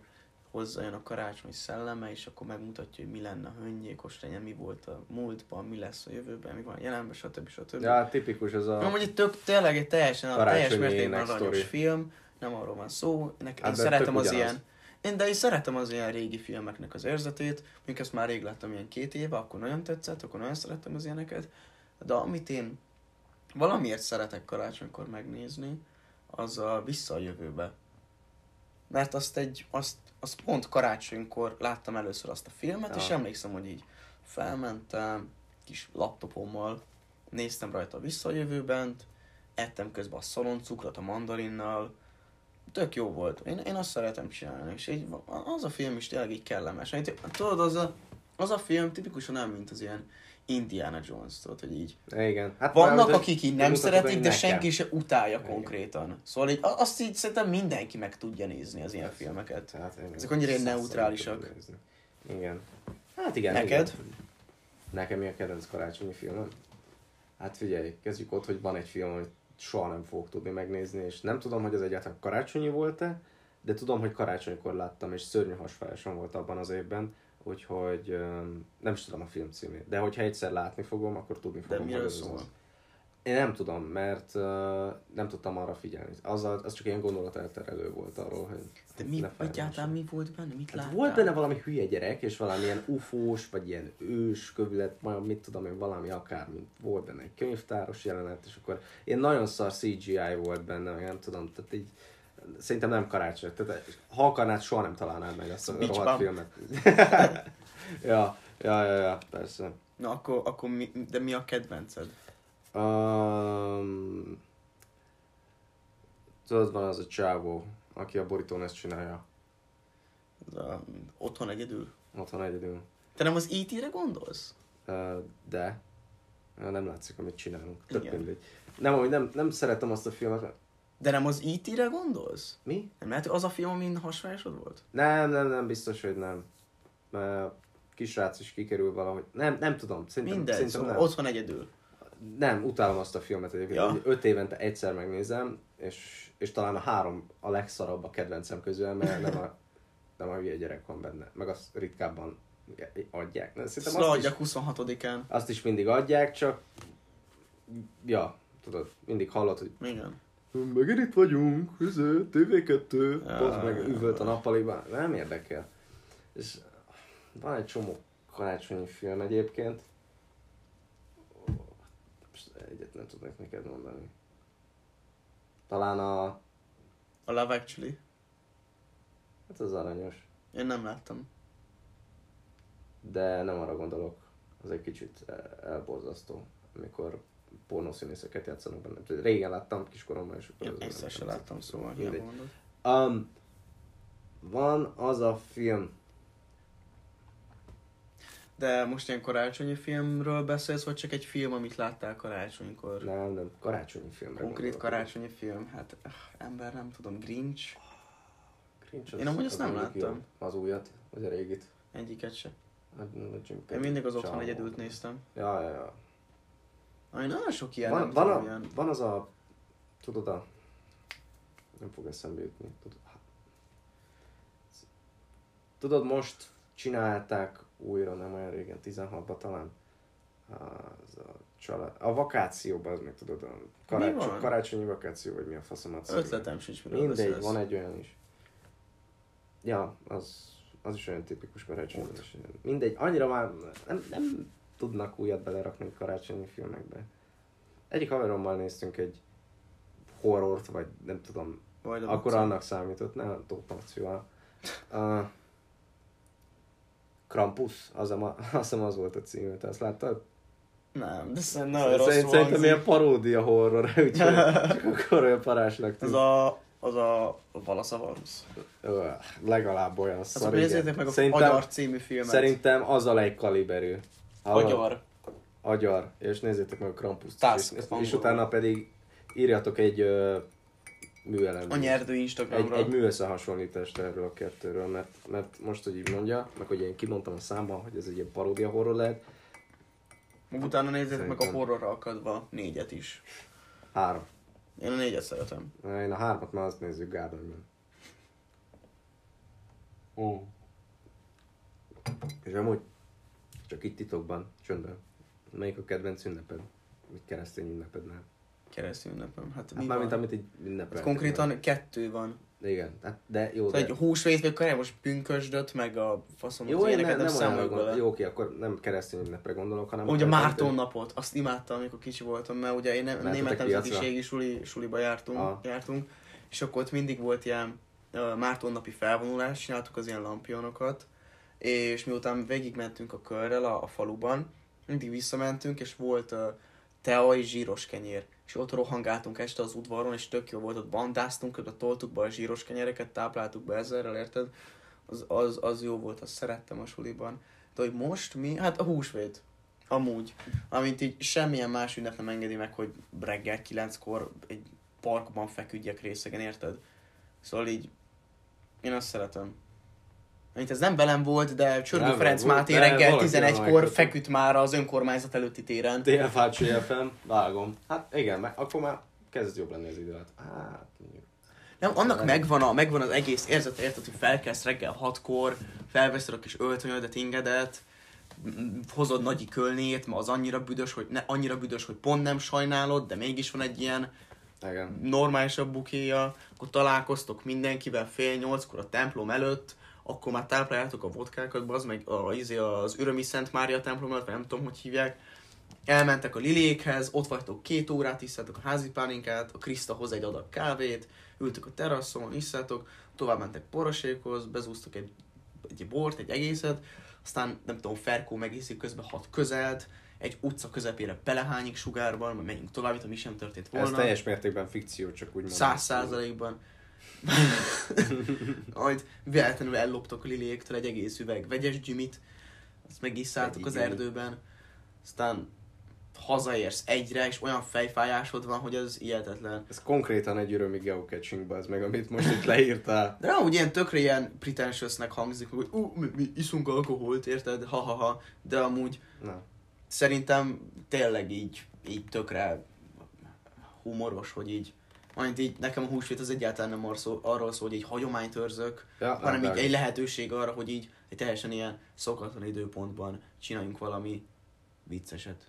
[SPEAKER 2] hozzájön a karácsony szelleme, és akkor megmutatja, hogy mi lenne, ha öngyilkos legyen, mi volt a múltban, mi lesz a jövőben, mi van a jelenben, stb. stb.
[SPEAKER 1] Ja, hát tipikus ez a...
[SPEAKER 2] Jó, mondjuk tök, tényleg egy teljesen a
[SPEAKER 1] Karácsonyi
[SPEAKER 2] teljes mértékben
[SPEAKER 1] ének
[SPEAKER 2] aranyos
[SPEAKER 1] sztori.
[SPEAKER 2] film, nem arról van szó, nekem
[SPEAKER 1] Hát
[SPEAKER 2] én
[SPEAKER 1] de
[SPEAKER 2] szeretem
[SPEAKER 1] tök
[SPEAKER 2] az
[SPEAKER 1] ugyanaz.
[SPEAKER 2] ilyen, én, de én szeretem az ilyen régi filmeknek az érzetét, mondjuk ezt már rég láttam ilyen két éve, akkor nagyon tetszett, akkor nagyon szerettem az ilyeneket, de amit én valamiért szeretek karácsonykor megnézni, az a Vissza a jövőbe. Mert azt egy, azt, azt pont karácsonykor láttam először azt a filmet, és
[SPEAKER 1] Ja.
[SPEAKER 2] emlékszem, hogy így felmentem, kis laptopommal, néztem rajta vissza a jövőbent, ettem közben a szaloncukrot a mandarinnal, tök jó volt. Én, én azt szeretem csinálni, és így, va- az a film is tényleg így kellemes. Hát, Tudod, az a, az a film tipikusan nem, mint az ilyen Indiana Jones, tudod, hogy így
[SPEAKER 1] Igen. Hát
[SPEAKER 2] vannak,
[SPEAKER 1] mármint, hogy
[SPEAKER 2] akik így nem
[SPEAKER 1] bemutatod,
[SPEAKER 2] szeretik,
[SPEAKER 1] hogy
[SPEAKER 2] de
[SPEAKER 1] nekem.
[SPEAKER 2] senki se utálja
[SPEAKER 1] Igen.
[SPEAKER 2] konkrétan. Szóval így, a- azt így szerintem mindenki meg tudja nézni az ilyen filmeket.
[SPEAKER 1] Tehát én
[SPEAKER 2] Ezek annyira ilyen
[SPEAKER 1] százszor
[SPEAKER 2] neutrálisak.
[SPEAKER 1] tudom nézni. Igen. Hát igen.
[SPEAKER 2] Neked?
[SPEAKER 1] Igen. Nekem mi a kedvenc karácsonyi filmem? Hát figyelj, kezdjük ott, hogy van egy film, amit soha nem fogok tudni megnézni, és nem tudom, hogy ez egyáltalán karácsonyi volt-e, de tudom, hogy karácsonykor láttam, és szörnyű hasfájásom volt abban az évben, úgyhogy öm, nem is tudom a film címét, de hogyha egyszer látni fogom, akkor tudni
[SPEAKER 2] De
[SPEAKER 1] fogom. hogy
[SPEAKER 2] miről
[SPEAKER 1] ez az.
[SPEAKER 2] szól?
[SPEAKER 1] Én nem tudom, mert uh, nem tudtam arra figyelni. Az, a, az csak ilyen gondolatelterelő volt arról, hogy...
[SPEAKER 2] De mi,
[SPEAKER 1] ne fájjon
[SPEAKER 2] egyáltalán mi volt benne? Mit
[SPEAKER 1] Hát
[SPEAKER 2] láttál?
[SPEAKER 1] volt benne valami hülye gyerek, és valamilyen ufós, vagy ilyen ős kövület, majd mit tudom én, valami akármi. Volt benne egy könyvtáros jelenet, és akkor ilyen nagyon szar CGI volt benne, meg nem tudom, tehát így szerintem nem karácsony. Tehát, ha akarnád, soha nem találnád meg azt a
[SPEAKER 2] Beach
[SPEAKER 1] rohadt
[SPEAKER 2] bum.
[SPEAKER 1] filmet. ja, ja, ja, ja, persze.
[SPEAKER 2] Na akkor, akkor mi, de mi a kedvenced?
[SPEAKER 1] Um, tudod, van az a csávó, aki a borítón ezt csinálja.
[SPEAKER 2] Ez a, otthon egyedül?
[SPEAKER 1] Otthon egyedül.
[SPEAKER 2] Te nem az E.T.-re gondolsz?
[SPEAKER 1] Ö, De nem látszik, amit csinálunk. Tök
[SPEAKER 2] Igen.
[SPEAKER 1] mindegy. Nem, amúgy nem, nem szeretem azt a filmet.
[SPEAKER 2] De nem az E.T.-re gondolsz?
[SPEAKER 1] Mi?
[SPEAKER 2] Nem lehet, hogy az a film, amin hasonlásod volt?
[SPEAKER 1] Nem, nem, nem, biztos, hogy nem. Mert kisrác is kikerül valahogy. Nem, nem tudom. Szerintem,
[SPEAKER 2] Mindegy,
[SPEAKER 1] szerintem
[SPEAKER 2] szóval
[SPEAKER 1] nem.
[SPEAKER 2] otthon egyedül.
[SPEAKER 1] Nem, utálom azt a filmet egyébként.
[SPEAKER 2] Ja.
[SPEAKER 1] Ja. Öt évente egyszer megnézem, és, és talán a három a legszarabb a kedvencem közül, mert nem a, nem a hülye gyerek van benne. Meg azt ritkábban adják. Na,
[SPEAKER 2] Ezt
[SPEAKER 1] Szerintem azt is,
[SPEAKER 2] leadják 26-án.
[SPEAKER 1] azt is mindig adják, csak... Ja, tudod, mindig hallod, hogy
[SPEAKER 2] Igen.
[SPEAKER 1] megint itt vagyunk, izé, TV2,
[SPEAKER 2] Ja.
[SPEAKER 1] ja, meg üvölt a nappaliban. Nem érdekel. És van egy csomó karácsonyi film egyébként. Most egyet nem tudnék neked mondani. Talán a...
[SPEAKER 2] A Love Actually.
[SPEAKER 1] Hát az aranyos.
[SPEAKER 2] Én nem láttam.
[SPEAKER 1] De nem arra gondolok. Az egy kicsit eh, elborzasztó, amikor pornószínészeket játszanak benne. Régen láttam kiskoromban, és akkor...
[SPEAKER 2] Én
[SPEAKER 1] az-
[SPEAKER 2] egyszer sem láttam, szóval
[SPEAKER 1] Mindegy.
[SPEAKER 2] hiába mondod.
[SPEAKER 1] Um, van az a film,
[SPEAKER 2] De most ilyen karácsonyi filmről beszélsz, vagy csak egy film, amit láttál karácsonykor?
[SPEAKER 1] nem, nem, karácsonyi filmre
[SPEAKER 2] Konkrét
[SPEAKER 1] gondolok.
[SPEAKER 2] karácsonyi film, hát öh, ember nem tudom, Grinch,
[SPEAKER 1] Grinch
[SPEAKER 2] Én amúgy azt nem
[SPEAKER 1] mindig
[SPEAKER 2] láttam.
[SPEAKER 1] Jó. Az újat, vagy a régit.
[SPEAKER 2] egyiket se.
[SPEAKER 1] Hát, nem, Jim
[SPEAKER 2] Én
[SPEAKER 1] Carrey.
[SPEAKER 2] mindig az otthon
[SPEAKER 1] Csávó.
[SPEAKER 2] egyedült néztem.
[SPEAKER 1] Ja, ja, ja.
[SPEAKER 2] Aj, nagyon sok ilyen,
[SPEAKER 1] van,
[SPEAKER 2] nem
[SPEAKER 1] van,
[SPEAKER 2] tudom,
[SPEAKER 1] a,
[SPEAKER 2] ilyen.
[SPEAKER 1] van az a, tudod a, nem fog eszembe jutni. Tudod, hát. tudod most csinálták újra, nem olyan régen, 16-ban talán, az a család, a vakációban, az még tudod, a
[SPEAKER 2] van?
[SPEAKER 1] karácsony, karácsonyi vakáció, vagy mi a faszomat.
[SPEAKER 2] Ötletem sincs, miről
[SPEAKER 1] Mindegy,
[SPEAKER 2] beszélsz.
[SPEAKER 1] van egy olyan is. Ja, az, az is olyan tipikus karácsonyi.
[SPEAKER 2] Ott.
[SPEAKER 1] Mindegy, annyira már nem, nem tudnak újat belerakni karácsonyi filmekbe. Egyik haverommal néztünk egy horrort, vagy nem tudom,
[SPEAKER 2] Vagy a
[SPEAKER 1] akkor
[SPEAKER 2] utcán.
[SPEAKER 1] annak számított, nem, Tóth Marcival. Uh, Krampus, az, a, ma- azt hiszem az volt a címe, te azt láttad?
[SPEAKER 2] Nem, de szerintem nagyon rosszul
[SPEAKER 1] Szerint- Szerintem
[SPEAKER 2] hangzik.
[SPEAKER 1] ilyen paródia horror, úgyhogy csak akkor olyan parásnak
[SPEAKER 2] Ez
[SPEAKER 1] tűnt.
[SPEAKER 2] a... Az a... Valaszavarusz.
[SPEAKER 1] Ö, legalább olyan
[SPEAKER 2] Hát szóval
[SPEAKER 1] szar,
[SPEAKER 2] nézzétek
[SPEAKER 1] Szóval igen.
[SPEAKER 2] meg a
[SPEAKER 1] Szerintem,
[SPEAKER 2] Agyar című filmet.
[SPEAKER 1] szerintem az a legkaliberű. Hallod?
[SPEAKER 2] Agyar.
[SPEAKER 1] Agyar. És nézzétek meg a Krampuszt.
[SPEAKER 2] Tász,
[SPEAKER 1] is, és, és
[SPEAKER 2] angolul.
[SPEAKER 1] utána pedig írjatok egy ö, műelemet.
[SPEAKER 2] A nyerdő
[SPEAKER 1] egy,
[SPEAKER 2] Instagramra.
[SPEAKER 1] egy művesz összehasonlítást erről a kettőről, mert, mert most, hogy így mondja, meg hogy én kimondtam a számban, hogy ez egy ilyen paródia horror lehet,
[SPEAKER 2] Utána nézzétek meg a
[SPEAKER 1] Szerintem.
[SPEAKER 2] horrorra akadva négyet is.
[SPEAKER 1] három.
[SPEAKER 2] Én a négyet szeretem.
[SPEAKER 1] Én a hármat már azt nézzük Gárdonyban. Ó. És amúgy, csak itt titokban, csöndben, melyik a kedvenc ünneped? Mit keresztény ünneped nem?
[SPEAKER 2] Keresztül ünnepem. Hát, mi
[SPEAKER 1] Hát mármint,
[SPEAKER 2] van?
[SPEAKER 1] amit így ünnepel.
[SPEAKER 2] Hát konkrétan kettő van.
[SPEAKER 1] Igen, hát, de jó,
[SPEAKER 2] Szóval
[SPEAKER 1] de...
[SPEAKER 2] egy húsvét vagy kajámos pünkösdöt, meg a faszom,
[SPEAKER 1] Jó,
[SPEAKER 2] jó,
[SPEAKER 1] én
[SPEAKER 2] ilyeneket
[SPEAKER 1] nem,
[SPEAKER 2] nem,
[SPEAKER 1] nem olyan
[SPEAKER 2] számolok
[SPEAKER 1] gondol,
[SPEAKER 2] bele.
[SPEAKER 1] Jó, oké, akkor nem keresztény ünnepre gondolok, hanem...
[SPEAKER 2] Ugye a
[SPEAKER 1] keresztény-
[SPEAKER 2] Márton napot, azt imádtam, amikor kicsi voltam, mert ugye én nem,
[SPEAKER 1] Mentetek
[SPEAKER 2] német
[SPEAKER 1] piacra?
[SPEAKER 2] nemzetiségi suli, suliba jártunk,
[SPEAKER 1] Ah.
[SPEAKER 2] jártunk, és akkor ott mindig volt ilyen ö, Márton napi felvonulás, csináltuk az ilyen lampionokat, és miután végigmentünk a körrel a, a faluban, mindig visszamentünk, és volt ö, teai zsíros kenyér. És ott rohangáltunk este az udvaron, és tök jó volt, ott bandáztunk, oda toltuk be a zsíros kenyereket, tápláltuk be ezerrel, érted? Az, az, az jó volt, azt szerettem a suliban. De hogy most mi? Hát a húsvét. Amúgy. Amint így semmilyen más ünnep nem engedi meg, hogy reggel kilenckor egy parkban feküdjek részegen, érted? Szóval így, én azt szeretem. Amint ez nem velem volt, de Csörgő
[SPEAKER 1] Nem
[SPEAKER 2] Ferenc
[SPEAKER 1] volt,
[SPEAKER 2] Máté
[SPEAKER 1] de
[SPEAKER 2] reggel
[SPEAKER 1] valaki
[SPEAKER 2] 11-kor
[SPEAKER 1] elmajtott.
[SPEAKER 2] feküdt már az önkormányzat előtti téren.
[SPEAKER 1] Délfácsi FM, vágom. Hát igen, meg, akkor már kezd jobb lenni az időlet. Hát, mondjuk.
[SPEAKER 2] Nem, annak
[SPEAKER 1] Nem.
[SPEAKER 2] megvan, a, megvan az egész érzet, érted, hogy felkelsz reggel hatkor, felveszed a kis öltönyödet, ingedet, m- m- hozod nagyi kölnét, ma az annyira büdös, hogy ne, annyira büdös, hogy pont nem sajnálod, de mégis van egy ilyen
[SPEAKER 1] Igen.
[SPEAKER 2] normálisabb bukéja, akkor találkoztok mindenkivel fél nyolckor a templom előtt, akkor már tápláljátok a vodkákat, bazd meg a, izé, az Ürömi Szent Mária templom előtt, vagy nem tudom, hogy hívják. Elmentek a lilékhez, ott vagytok két órát, iszátok a házi pálinkát, a Kriszta hoz egy adag kávét, ültök a teraszon, iszátok, tovább mentek porosékhoz, bezúztok egy, egy bort, egy egészet, aztán nem tudom, Ferkó megiszik közben hat közelt, egy utca közepére belehányik sugárban, majd menjünk tovább, itt mi sem történt volna.
[SPEAKER 1] Ez teljes mértékben fikció, csak úgy
[SPEAKER 2] Száz százalékban. Majd véletlenül elloptok Liliéktől egy egész üveg vegyes gyümit, azt megisszáltuk
[SPEAKER 1] Egy
[SPEAKER 2] az
[SPEAKER 1] gyümit.
[SPEAKER 2] erdőben, aztán hazaérsz egyre, és olyan fejfájásod van, hogy az ihetetlen.
[SPEAKER 1] Ez konkrétan egy örömi geocaching, az meg, amit most itt leírtál.
[SPEAKER 2] De nem, úgy ilyen tökre ilyen pretentiousnek hangzik, hogy ú, mi, mi iszunk alkoholt, érted? Ha-ha-ha. De amúgy
[SPEAKER 1] Na,
[SPEAKER 2] szerintem tényleg így, így tökre humoros, hogy így majd így nekem a húsvét az egyáltalán nem arról szól, arról szól hogy így hagyományt őrzök,
[SPEAKER 1] Ja,
[SPEAKER 2] hanem
[SPEAKER 1] nem,
[SPEAKER 2] így
[SPEAKER 1] nem.
[SPEAKER 2] egy lehetőség arra, hogy így egy teljesen ilyen szokatlan időpontban csináljunk valami vicceset.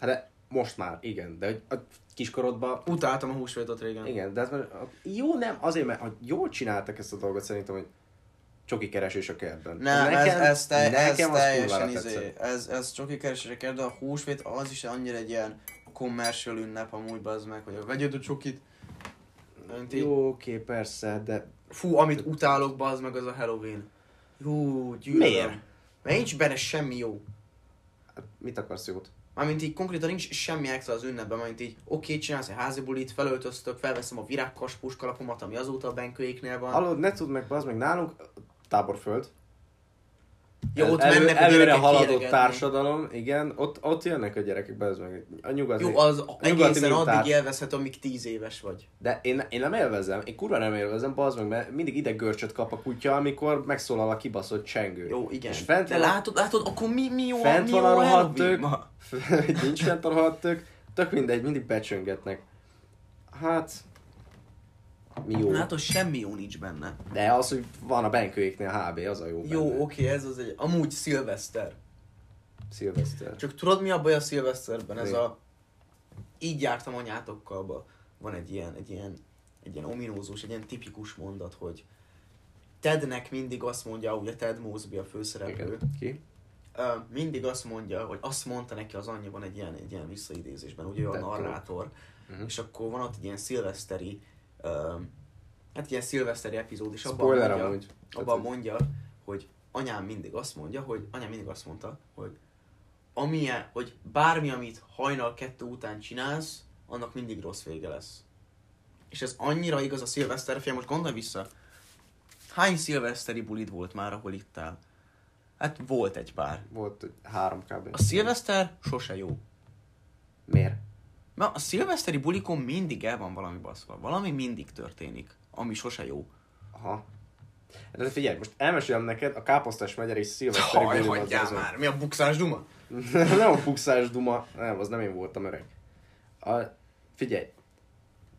[SPEAKER 1] hát de most már, igen, de hogy a kiskorodban
[SPEAKER 2] Utáltam a húsvétot régen.
[SPEAKER 1] Igen, de ez már, jó nem, azért, mert ha jól csináltak ezt a dolgot, szerintem, hogy csoki keresés a kertben.
[SPEAKER 2] Nem, nekem, ez, ez, te, nekem ez
[SPEAKER 1] az
[SPEAKER 2] teljesen
[SPEAKER 1] kurvára
[SPEAKER 2] izé,
[SPEAKER 1] tetszett.
[SPEAKER 2] ez, ez csak keresésre kell, de a húsvét az is annyira egy ilyen commercial ünnep amúgy bazd meg, hogy a vegyed a csokit. Mint így-
[SPEAKER 1] Jó, oké, persze, de
[SPEAKER 2] Fú, amit utálok bazd meg az a Halloween. Jó, gyűlölöm.
[SPEAKER 1] Miért?
[SPEAKER 2] Mert nincs benne semmi jó.
[SPEAKER 1] hát mit akarsz jót?
[SPEAKER 2] Mármint így konkrétan nincs semmi extra az ünnepben, mármint így oké, csinálsz egy házi bulit, felöltöztök, felveszem a virágkas puskalapomat, ami azóta a benkőéknél van.
[SPEAKER 1] Hallod, ne tudd meg, bazd meg, nálunk táborföld.
[SPEAKER 2] Jó, ott
[SPEAKER 1] Elő-
[SPEAKER 2] mennek a
[SPEAKER 1] előre
[SPEAKER 2] gyerekek
[SPEAKER 1] haladott
[SPEAKER 2] híregetni.
[SPEAKER 1] társadalom, igen, ott, ott jönnek a gyerekek, bazd meg. A nyugati,
[SPEAKER 2] Jó, az
[SPEAKER 1] a nyugati
[SPEAKER 2] egészen
[SPEAKER 1] mintát.
[SPEAKER 2] addig élvezhet, amíg tíz éves vagy.
[SPEAKER 1] De én, én nem élvezem, én kurva nem élvezem, bazd meg, mert mindig ide görcsöt kap a kutya, amikor megszólal a kibaszott csengő.
[SPEAKER 2] Jó, igen.
[SPEAKER 1] És fent
[SPEAKER 2] De
[SPEAKER 1] van a-
[SPEAKER 2] látod, látod, akkor mi, mi jó,
[SPEAKER 1] fent
[SPEAKER 2] mi
[SPEAKER 1] van
[SPEAKER 2] jó
[SPEAKER 1] a rohadt
[SPEAKER 2] Halloween?
[SPEAKER 1] tök, nincs fent a rohadt tök, tök mindegy, mindig becsöngetnek. Hát, mi jó.
[SPEAKER 2] Látod, semmi jó nincs benne.
[SPEAKER 1] De az, hogy van a benkőéknél HB, az a jó
[SPEAKER 2] Jó,
[SPEAKER 1] benne.
[SPEAKER 2] oké, ez az egy... Amúgy szilveszter.
[SPEAKER 1] Szilveszter.
[SPEAKER 2] Csak tudod mi a baj a szilveszterben? Ez
[SPEAKER 1] Mi?
[SPEAKER 2] a... Így jártam anyátokkal, ba. van egy ilyen, egy ilyen, egy ilyen ominózus, egy ilyen tipikus mondat, hogy Tednek mindig azt mondja, ugye Ted Mosby a főszereplő,
[SPEAKER 1] Igen. Ki?
[SPEAKER 2] ö, mindig azt mondja, hogy azt mondta neki az anyja, van egy ilyen, egy ilyen visszaidézésben, ugye ő a
[SPEAKER 1] Ted Talk.
[SPEAKER 2] narrátor,
[SPEAKER 1] Mhm.
[SPEAKER 2] és akkor van ott egy ilyen szilveszteri, ö, hát ilyen szilveszteri epizód, és abban
[SPEAKER 1] Spoiler
[SPEAKER 2] mondja-
[SPEAKER 1] amúgy. Tehát,
[SPEAKER 2] abban
[SPEAKER 1] hogy-
[SPEAKER 2] mondja, hogy anyám mindig azt mondja, hogy anyám mindig azt mondta, hogy amilyen, hogy bármi, amit hajnal kettő után csinálsz, annak mindig rossz vége lesz. És ez annyira igaz a szilveszter, fiam, most gondolj vissza, hány szilveszteri bulid volt már, ahol itt áll? Hát volt egy pár.
[SPEAKER 1] Volt egy három kb.
[SPEAKER 2] A szilveszter sose jó.
[SPEAKER 1] Miért?
[SPEAKER 2] Mert a szilveszteri bulikon mindig el van valami baszva. Valami mindig történik, ami sose jó.
[SPEAKER 1] Aha. De figyelj, most elmesélem neked a káposztás megyeri és szilveszteri
[SPEAKER 2] Haj,
[SPEAKER 1] bulin
[SPEAKER 2] hagyjál
[SPEAKER 1] azon.
[SPEAKER 2] már! Mi a bukszás duma?
[SPEAKER 1] nem a fuxás duma, nem, az nem én voltam öreg. A, figyelj,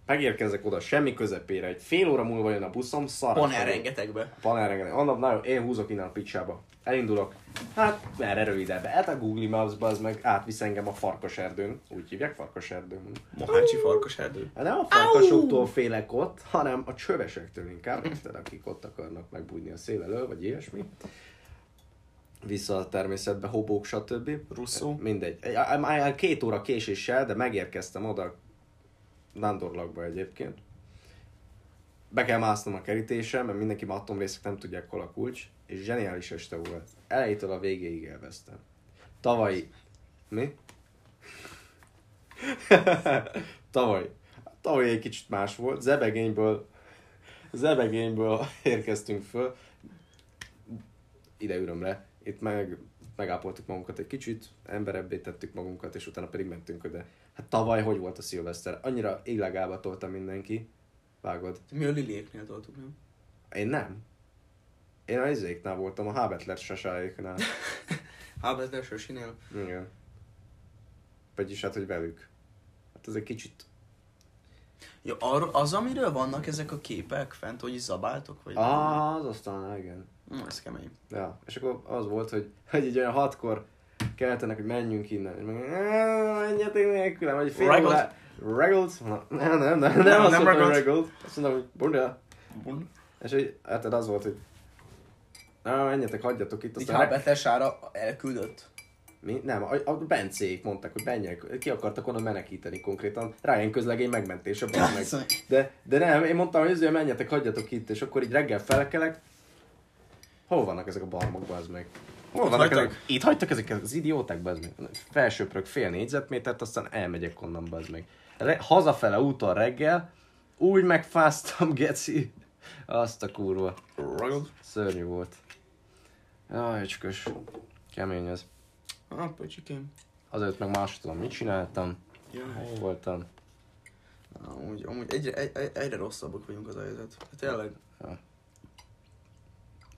[SPEAKER 1] megérkezek oda, semmi közepére, egy fél óra múlva jön a buszom, szar.
[SPEAKER 2] Panel rengetegbe.
[SPEAKER 1] Panel rengeteg. Annak nagyon, én húzok innen a picsába. Elindulok. Hát, merre rövidebb. Hát a Google Maps az meg átvisz engem a farkas erdőn. Úgy hívják farkas erdőn.
[SPEAKER 2] Mohácsi farkas erdő.
[SPEAKER 1] Hát Nem a farkasoktól félek ott, hanem a csövesektől inkább, érted, akik ott akarnak megbújni a szél elől, vagy ilyesmi. Vissza a természetbe, hobók, stb.
[SPEAKER 2] Russzó.
[SPEAKER 1] Mindegy. Á- á- á- Két óra késéssel, de megérkeztem oda Nándorlakba egyébként. Be kell másznom a kerítésre, mert mindenki atomrészek nem tudják, hol a kulcs, és zseniális este volt. Elejétől a végéig élveztem. Tavalyi... Mi? tavaly. Tavaly egy kicsit más volt. Zebegényből, zebegényből érkeztünk föl ide ürömre. Itt meg megápoltuk magunkat egy kicsit, emberebbé tettük magunkat, és utána pedig mentünk oda. Hát tavaly hogy volt a szilveszter? Annyira illegába tolta mindenki. Vágod.
[SPEAKER 2] Hát, Mi a liliéknél toltuk, nem?
[SPEAKER 1] Én nem. Én a izéknál voltam, a Hábetler sasáéknál.
[SPEAKER 2] Albert első sinél.
[SPEAKER 1] Igen. Vagyis hát, hogy velük. Hát ez egy kicsit...
[SPEAKER 2] Ja, arra, az, amiről vannak ezek a képek fent, hogy zabáltok? Vagy
[SPEAKER 1] Ah, az aztán, igen.
[SPEAKER 2] Hm, ez kemény.
[SPEAKER 1] Ja, és akkor az volt, hogy, hogy egy olyan hatkor keltenek, hogy menjünk innen. És meg, "Á, menjetek nélkülem, vagy fél
[SPEAKER 2] Raggled?
[SPEAKER 1] órá. Reggled? Nem, nem, nem, nem,
[SPEAKER 2] Nem,
[SPEAKER 1] azt
[SPEAKER 2] nem
[SPEAKER 1] mondtam, hogy
[SPEAKER 2] raggled.
[SPEAKER 1] reggled. Azt mondtam, hogy bunda. És hogy, hát az volt, hogy Na, menjetek, hagyjatok itt.
[SPEAKER 2] Így
[SPEAKER 1] Aztán reg-
[SPEAKER 2] hábetlesára elküldött.
[SPEAKER 1] Mi? Nem, a, a Bencék mondták, hogy benjek, ki akartak onnan menekíteni konkrétan. Ryan közlegény megmentése. bazd meg.
[SPEAKER 2] Basszony.
[SPEAKER 1] De, de nem, én mondtam, hogy azért menjetek, hagyjatok itt, és akkor így reggel felkelek. Hol vannak ezek a barmok, bazd meg? Hol
[SPEAKER 2] Itt
[SPEAKER 1] vannak
[SPEAKER 2] hagytak?
[SPEAKER 1] ezek? Itt hagytak ezek az idióták, bazd meg. Felsöprök fél négyzetmétert, aztán elmegyek onnan, bazd meg. Re- hazafele úton reggel, úgy megfáztam, geci. Azt a kurva.
[SPEAKER 2] Ragad.
[SPEAKER 1] Szörnyű volt. Jaj, öcskös. Kemény ez.
[SPEAKER 2] Ah, pöcsikém.
[SPEAKER 1] Azért meg más tudom, mit csináltam,
[SPEAKER 2] Jaj.
[SPEAKER 1] hol voltam.
[SPEAKER 2] Amúgy, amúgy egyre, egy, egy- egyre rosszabbak vagyunk az a helyzet. Hát tényleg,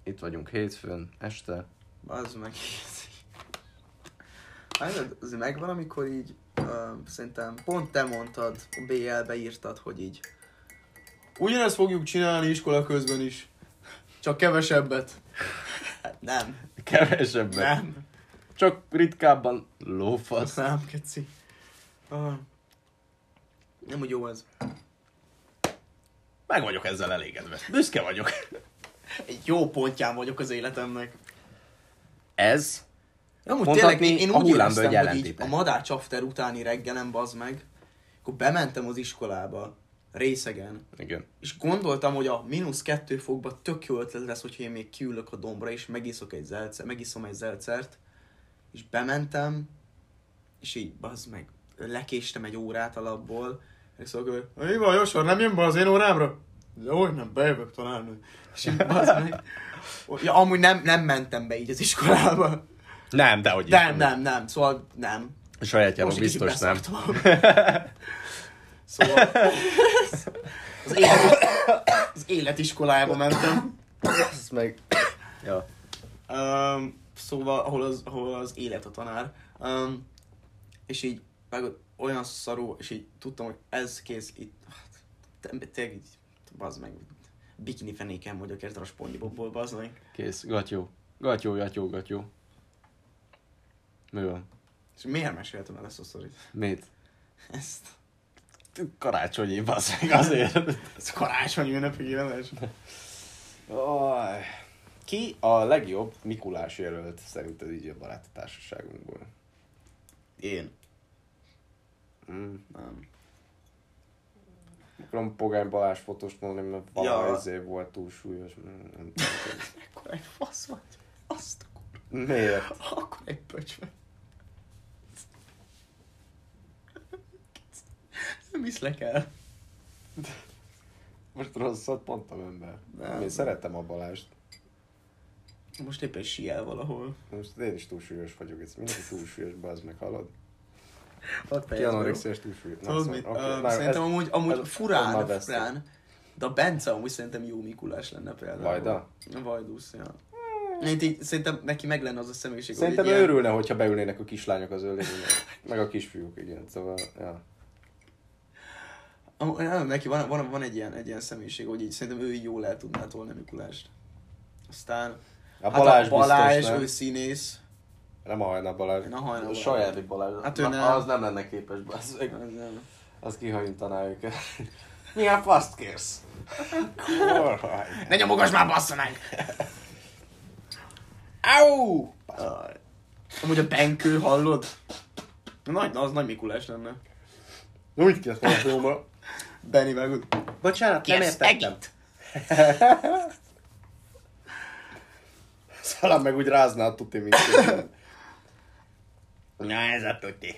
[SPEAKER 1] Itt vagyunk hétfőn, este.
[SPEAKER 2] az meg. Hát az megvan, amikor így uh, szerintem pont te mondtad, a BL-be írtad, hogy így ugyanezt fogjuk csinálni iskola közben is, csak kevesebbet. Hát nem,
[SPEAKER 1] Kevesebben.
[SPEAKER 2] nem,
[SPEAKER 1] Csak ritkábban lófasz.
[SPEAKER 2] az nem, keci. Ah, nem úgy jó ez.
[SPEAKER 1] Meg vagyok ezzel elégedve. Büszke vagyok.
[SPEAKER 2] Egy jó pontján vagyok az életemnek.
[SPEAKER 1] Ez?
[SPEAKER 2] Nem, úgy
[SPEAKER 1] Mondhatni,
[SPEAKER 2] tényleg, én, én
[SPEAKER 1] a
[SPEAKER 2] úgy
[SPEAKER 1] hullámvölgy
[SPEAKER 2] éreztem, hogy így
[SPEAKER 1] ellentéte.
[SPEAKER 2] a madár csafter utáni reggelem, bazd meg, akkor bementem az iskolába, részegen,
[SPEAKER 1] Igen.
[SPEAKER 2] és gondoltam, hogy a mínusz kettő fokban tök jó ötlet lesz, hogyha én még kiülök a dombra, és megiszok egy zelcer, megiszom egy zelcert, és bementem, és így, bazd meg, lekéstem egy órát alapból, és szóval, hogy mi van, Josor, nem jön be az én órámra? De hogy nem, bejövök tanárnő. És így, bazd meg, ja, amúgy nem, nem mentem be így az iskolába.
[SPEAKER 1] Nem, dehogy.
[SPEAKER 2] Nem, nem, nem. Szóval nem.
[SPEAKER 1] A sajátjáról
[SPEAKER 2] Most egy kicsit
[SPEAKER 1] biztos nem.
[SPEAKER 2] beszartam. Szóval az, élet, az életiskolájába mentem.
[SPEAKER 1] Ez meg... Ja.
[SPEAKER 2] Um, szóval, ahol az, ahol az élet a tanár. Um, és így vágod, olyan szarú, és így tudtam, hogy ez kész itt. hát, te- Tényleg így, bazd meg, bikini fenéken vagyok érted a spongybobból, bazd meg.
[SPEAKER 1] Kész. Gatyó. Gatyó, gatyó, gatyó. Mi van?
[SPEAKER 2] És miért meséltem el ezt a szorít?
[SPEAKER 1] Mit?
[SPEAKER 2] Ezt.
[SPEAKER 1] Karácsonyi, bassz meg azért.
[SPEAKER 2] Ez karácsonyi ünnepig jelenés.
[SPEAKER 1] Aj. Ki a legjobb Mikulás jelölt szerinted így a baráti társaságunkból?
[SPEAKER 2] Én.
[SPEAKER 1] Mm.
[SPEAKER 2] Nem.
[SPEAKER 1] Akarom Pogány Balázs fotóst mondani, mert valahogy
[SPEAKER 2] Ja.
[SPEAKER 1] ja. ezért volt túl súlyos. Mm, Nem tudom.
[SPEAKER 2] Akkor egy fasz vagy. Azt a kurva.
[SPEAKER 1] Miért?
[SPEAKER 2] Akkor egy pöcs vagy. Nem hiszlek el.
[SPEAKER 1] Most rosszat mondtam ember.
[SPEAKER 2] Nem.
[SPEAKER 1] Nem. Én szeretem a Balást.
[SPEAKER 2] Most éppen siel valahol.
[SPEAKER 1] Most én is túlsúlyos vagyok, ez mindenki túlsúlyos, az meg halad.
[SPEAKER 2] Ott
[SPEAKER 1] Ki anorexiás túlsúlyos? Na,
[SPEAKER 2] Tudod
[SPEAKER 1] szóval,
[SPEAKER 2] mit?
[SPEAKER 1] oké,
[SPEAKER 2] Ö,
[SPEAKER 1] már
[SPEAKER 2] Szerintem
[SPEAKER 1] ez-
[SPEAKER 2] amúgy, amúgy
[SPEAKER 1] ez- ez
[SPEAKER 2] furán,
[SPEAKER 1] már vesztük.
[SPEAKER 2] furán. De a Bence amúgy szerintem jó Mikulás lenne például.
[SPEAKER 1] Vajda?
[SPEAKER 2] Vajdusz, ja. Én így, szerintem neki meg lenne az a személyiség, hogy
[SPEAKER 1] Szerintem
[SPEAKER 2] egy ilyen-
[SPEAKER 1] őrülne, hogyha beülnének a kislányok az ölébe, meg a kisfiúk, igen, szóval, ja.
[SPEAKER 2] Amúgy Nem, neki van, van, van egy, ilyen, egy ilyen személyiség, hogy így szerintem ő így jól el tudná tolni Mikulást. Aztán
[SPEAKER 1] A Balázs,
[SPEAKER 2] hát a Balázs
[SPEAKER 1] biztos, nem?
[SPEAKER 2] ő színész.
[SPEAKER 1] Nem a hajna Balázs.
[SPEAKER 2] Én a Hajna
[SPEAKER 1] A
[SPEAKER 2] Balázs.
[SPEAKER 1] saját Balázs.
[SPEAKER 2] Hát ő
[SPEAKER 1] Na,
[SPEAKER 2] nem.
[SPEAKER 1] Az nem lenne képes, az,
[SPEAKER 2] Az nem.
[SPEAKER 1] az kihajítaná őket. Milyen faszt kérsz? Korhaj.
[SPEAKER 2] Ne nyomogass már, bassza meg! Au! Aj. Amúgy a Benkő, hallod? Nagy, na, az nagy Mikulás lenne.
[SPEAKER 1] Úgy kezd a szóba.
[SPEAKER 2] Benny vágod.
[SPEAKER 1] Bocsánat, nem értettem. Szalám meg úgy rázná a tuti, mint Na ez a tuti.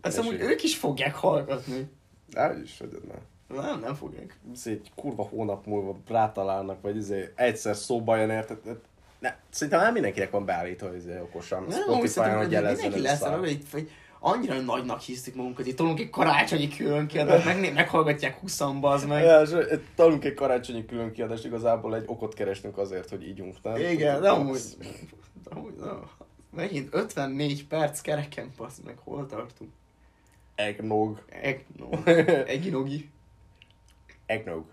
[SPEAKER 2] Azt amúgy ők is fogják hallgatni.
[SPEAKER 1] Na, hogy is vagyod már.
[SPEAKER 2] Nem, nem fogják.
[SPEAKER 1] Ez egy kurva hónap múlva rátalálnak, vagy izé egyszer szóba jön, érted? Hát Ne, szerintem nem mindenkinek van beállítva izé okosan.
[SPEAKER 2] Nem, amúgy
[SPEAKER 1] Spotify-on,
[SPEAKER 2] szerintem
[SPEAKER 1] hogy
[SPEAKER 2] hogy
[SPEAKER 1] jelezzen
[SPEAKER 2] mindenki
[SPEAKER 1] ez
[SPEAKER 2] lesz
[SPEAKER 1] szar.
[SPEAKER 2] arra, hogy, hogy annyira nagynak hisztik magunkat, hogy tolunk egy karácsonyi különkiadat, meg, meghallgatják 20 az meg.
[SPEAKER 1] Ja, és egy- tanulunk egy karácsonyi különkiadást, igazából egy okot kerestünk azért, hogy ígyunk, nem?
[SPEAKER 2] Igen, de amúgy. De amúgy na, megint 54 perc kereken, passz meg, hol tartunk?
[SPEAKER 1] Eggnog.
[SPEAKER 2] Egno. Eginogi.
[SPEAKER 1] Eggnog.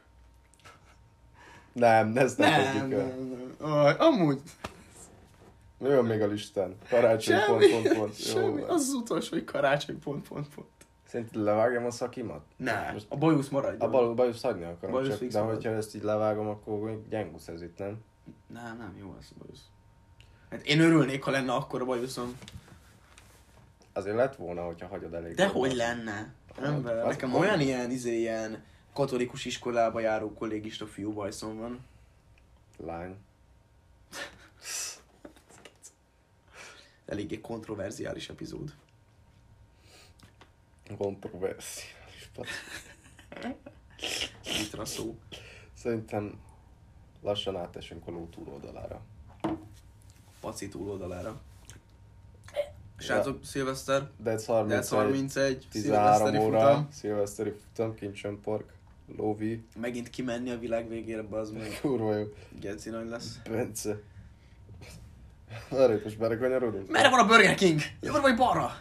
[SPEAKER 1] Nem, ezt nem,
[SPEAKER 2] Nem,
[SPEAKER 1] kezdjük el.
[SPEAKER 2] nem, nem. Aj, amúgy.
[SPEAKER 1] Mi van még a listán? Karácsony
[SPEAKER 2] Semmi,
[SPEAKER 1] pont, pont, pont.
[SPEAKER 2] semmi.
[SPEAKER 1] Jó,
[SPEAKER 2] Az az utolsó, hogy karácsony, pont, pont, pont.
[SPEAKER 1] Szerinted levágjam a szakimat?
[SPEAKER 2] Nem,
[SPEAKER 1] Most
[SPEAKER 2] a bajusz maradjon.
[SPEAKER 1] a bal, bajusz hagyni akarom
[SPEAKER 2] Bajusz
[SPEAKER 1] csak,
[SPEAKER 2] fix
[SPEAKER 1] de
[SPEAKER 2] marad.
[SPEAKER 1] hogyha ezt így levágom, akkor gyengusz ez itt, nem?
[SPEAKER 2] Nem, nem, jó az a bajusz. Hát én örülnék, ha lenne akkor a bajuszom.
[SPEAKER 1] Azért lett volna, hogyha hagyod elég.
[SPEAKER 2] De hogy lenne?
[SPEAKER 1] Hát
[SPEAKER 2] Ember,
[SPEAKER 1] Az-
[SPEAKER 2] nekem olyan ilyen, izé, ilyen katolikus iskolába járó kollégista fiú bajszom van.
[SPEAKER 1] Lány.
[SPEAKER 2] Eléggé kontroverziális epizód.
[SPEAKER 1] Kontroversziális.
[SPEAKER 2] Itt van a szó.
[SPEAKER 1] Szerintem lassan átesünk a ló túloldalára.
[SPEAKER 2] Paci túloldalára. Srácok, szilveszter,
[SPEAKER 1] Dec
[SPEAKER 2] Dec
[SPEAKER 1] 31,
[SPEAKER 2] 31,
[SPEAKER 1] 13
[SPEAKER 2] szilveszteri
[SPEAKER 1] óra,
[SPEAKER 2] futam.
[SPEAKER 1] szilveszteri futam, Kincsen Park, lóvi,
[SPEAKER 2] Megint kimenni a világ végére, bazd meg.
[SPEAKER 1] kurva jó,
[SPEAKER 2] Geci nagy lesz.
[SPEAKER 1] Bence. Várj, most belekanyarodunk?
[SPEAKER 2] Merre van a Burger King? Jobbra vagy balra?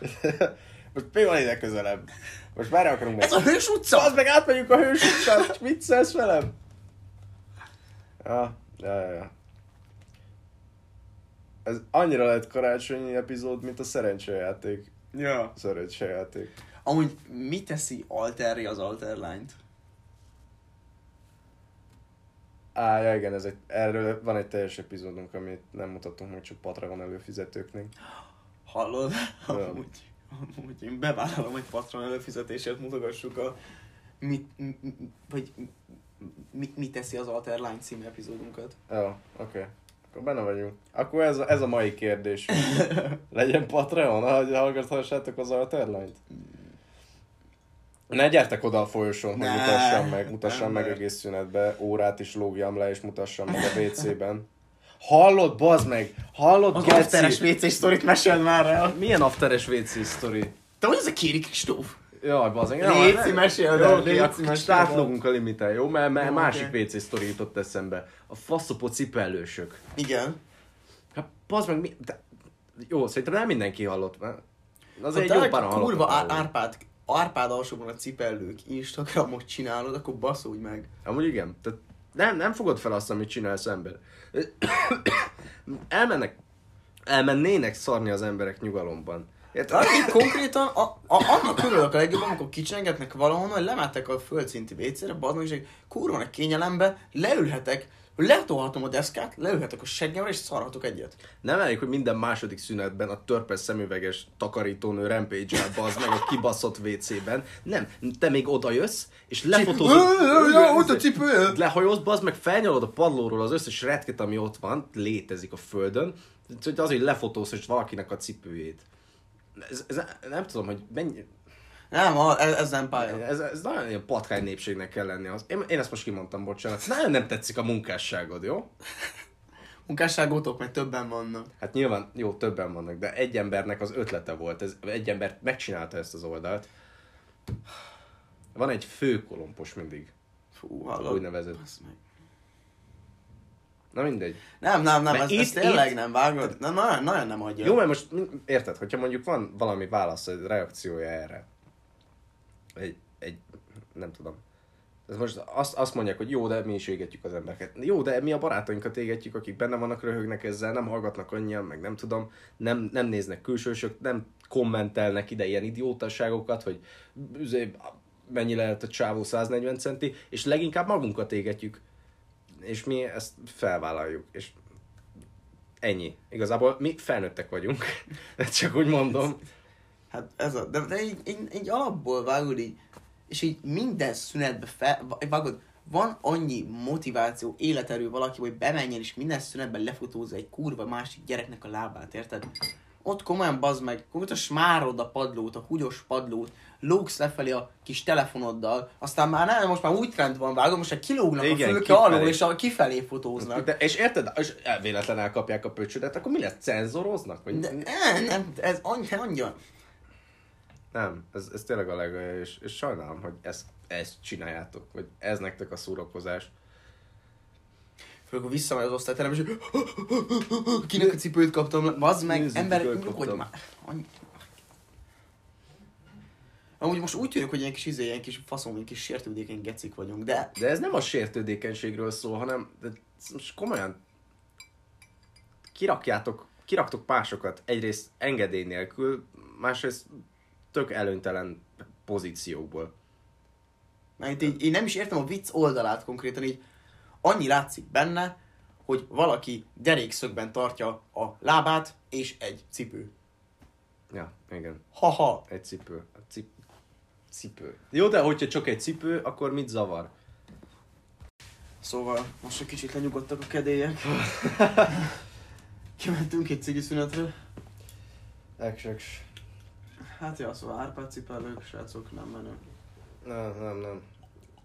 [SPEAKER 1] Most mi van ide közelebb? Most merre akarunk menni?
[SPEAKER 2] Ez a Hős
[SPEAKER 1] Az
[SPEAKER 2] utca?
[SPEAKER 1] meg átmegyünk a hős utcát, viccelsz velem? Ja, ja, ja, ja. Ez annyira lett karácsonyi epizód, mint a szerencsejáték.
[SPEAKER 2] Ja.
[SPEAKER 1] Szerencsejáték.
[SPEAKER 2] Amúgy mi teszi Alterri az Alterlányt?
[SPEAKER 1] Á, ja, igen, ez egy, erről van egy teljes epizódunk, amit nem mutatunk meg, csak Patreon előfizetőknek.
[SPEAKER 2] Hallod?
[SPEAKER 1] Ja.
[SPEAKER 2] Amúgy, amúgy én bevállalom, hogy patron előfizetésért mutogassuk a... Mit, m- m- vagy mit, mit teszi az Alterlány című epizódunkat.
[SPEAKER 1] Jó, oké. Akkor benne vagyunk. Akkor ez a, ez a mai kérdés. Legyen Patreon, ahogy hallgathassátok az Alterline-t. Ne gyertek oda a folyosón, hogy
[SPEAKER 2] Ne.
[SPEAKER 1] mutassam meg, mutassam
[SPEAKER 2] Ember.
[SPEAKER 1] meg egész szünetbe, órát is lógjam le, és mutassam meg a WC-ben. Hallod, bazd meg! Hallod,
[SPEAKER 2] Az
[SPEAKER 1] geci?
[SPEAKER 2] afteres WC sztorit mesél már el.
[SPEAKER 1] Milyen afteres WC sztori?
[SPEAKER 2] Te vagy ez a Kéri Kristóf?
[SPEAKER 1] Jaj, bazd meg.
[SPEAKER 2] Léci,
[SPEAKER 1] nem-
[SPEAKER 2] meséld
[SPEAKER 1] Jó,
[SPEAKER 2] el,
[SPEAKER 1] oké,
[SPEAKER 2] léci,
[SPEAKER 1] akkor kicsit
[SPEAKER 2] meséld el.
[SPEAKER 1] átlógunk a limiten, jó? Mert, mert
[SPEAKER 2] Jó, oké.
[SPEAKER 1] másik WC sztori jutott eszembe. A faszopó cipellősök.
[SPEAKER 2] Igen.
[SPEAKER 1] Hát, bazd meg, mi... De... Jó, szerintem nem mindenki hallott, mert... Az
[SPEAKER 2] Ha
[SPEAKER 1] egy
[SPEAKER 2] te
[SPEAKER 1] jó
[SPEAKER 2] a
[SPEAKER 1] páran hallottak
[SPEAKER 2] kurva
[SPEAKER 1] arról.
[SPEAKER 2] Á- Árpád, Árpád alsóban a cipellők Instagramot csinálod, akkor baszódj meg.
[SPEAKER 1] Amúgy igen. Tehát nem, nem fogod fel azt, amit csinálsz ember. Elmennek, elmennének szarni az emberek nyugalomban. Érted?
[SPEAKER 2] Én hát konkrétan a, a, annak örülök a legjobban, amikor kicsengetnek valahonnan, hogy lementek a földszinti WC-re, bazd meg, és egy kurva nagy kényelembe leülhetek, letolhatom a deszkát, leülhetek a seggemre, és szarhatok egyet.
[SPEAKER 1] Nem elég, hogy minden második szünetben a törpes szemüveges takarítónő rampage az meg a kibaszott WC-ben. Nem, te még oda jössz, és lefotózod.
[SPEAKER 2] cipő!
[SPEAKER 1] Lehajolsz, bazd meg, felnyalod a padlóról az összes retket, ami ott van, létezik a földön, hogy az, hogy lefotózod és valakinek a cipőjét. Ez, ez, nem tudom, hogy mennyi,
[SPEAKER 2] Nem, a- e, ez, ez nem pálya.
[SPEAKER 1] ez, ez nagyon ilyen patkány népségnek kell lenni. Az. Én, én ezt most kimondtam, bocsánat. Nagyon nem tetszik a munkásságod, jó?
[SPEAKER 2] Munkásságotok, mert többen vannak.
[SPEAKER 1] Hát nyilván jó, többen vannak, de egy embernek az ötlete volt. Ez, egy ember megcsinálta ezt az oldalt. Van egy főkolompos mindig.
[SPEAKER 2] Fú, hallod.
[SPEAKER 1] Úgynevezett.
[SPEAKER 2] Basz meg.
[SPEAKER 1] Na mindegy.
[SPEAKER 2] Nem, nem, nem,
[SPEAKER 1] Mert
[SPEAKER 2] ez,
[SPEAKER 1] itt-
[SPEAKER 2] ez tényleg
[SPEAKER 1] itt-
[SPEAKER 2] nem vágod. Na, nagyon, nagyon nem adja.
[SPEAKER 1] Jó, mert most mi- érted, hogyha mondjuk van valami válasz, egy reakciója erre. Egy, egy nem tudom. Ez most azt, azt mondják, hogy jó, de mi is égetjük az embereket. Jó, de mi a barátainkat égetjük, akik benne vannak, röhögnek ezzel, nem hallgatnak annyian, meg nem tudom, nem, nem néznek külsősök, nem kommentelnek ide ilyen idiótasságokat, hogy üzé, mennyi lehet a csávó 140 centi, és leginkább magunkat égetjük. És mi ezt felvállaljuk. És ennyi. Igazából mi felnőttek vagyunk. Csak úgy mondom.
[SPEAKER 2] Hát ez a, de, de így, így, így alapból vágod így, és így minden szünetbe fel, va- vágod, van annyi motiváció, életerő valaki, hogy bemenjen és minden szünetben lefotózza egy kurva másik gyereknek a lábát, érted? Ott komolyan bazd meg, konkrétan smárod a padlót, a húgyos padlót, lógsz lefelé a kis telefonoddal, aztán már nem, most már úgy trend van vágod, most már kilógnak
[SPEAKER 1] Igen,
[SPEAKER 2] a fülke
[SPEAKER 1] kifelé.
[SPEAKER 2] alól, és a kifelé fotóznak.
[SPEAKER 1] De, és érted, és véletlen elkapják a pöcsödet, akkor mi lesz? Cenzoroznak? Vagy?
[SPEAKER 2] De, nem, nem, ez annyira, annyira.
[SPEAKER 1] Nem, ez, ez tényleg a legalja, és, és sajnálom, hogy ezt, ezt csináljátok, hogy ez nektek a szórakozás.
[SPEAKER 2] Főleg, akkor visszamegy az osztályterem, és kinek a cipőt kaptam le. Bazd meg,
[SPEAKER 1] Nézzük,
[SPEAKER 2] ember,
[SPEAKER 1] kiből
[SPEAKER 2] nyugodj
[SPEAKER 1] kaptam.
[SPEAKER 2] már. Annyi- Amúgy most úgy tűnik, hogy ilyen kis izé, ilyen kis faszom, ilyen kis sértődékeny gecik vagyunk, de
[SPEAKER 1] De ez nem a sértődékenységről szól, hanem de ez most komolyan kirakjátok, kiraktok pásokat egyrészt engedély nélkül, másrészt tök előnytelen pozíciókból.
[SPEAKER 2] mert így, én nem is értem a vicc oldalát konkrétan, így annyi látszik benne, hogy valaki derékszögben tartja a lábát és egy cipő.
[SPEAKER 1] Ja, igen.
[SPEAKER 2] Haha.
[SPEAKER 1] Egy cipő. A cip... Cipő. Jó, de hogyha csak egy cipő, akkor mit zavar?
[SPEAKER 2] Szóval most egy kicsit lenyugodtak a kedélyek. Kimentünk egy cigi szünetre.
[SPEAKER 1] Ekseks.
[SPEAKER 2] Hát ja, szóval Árpád cipelők, srácok, nem menő.
[SPEAKER 1] Nem, nem, nem.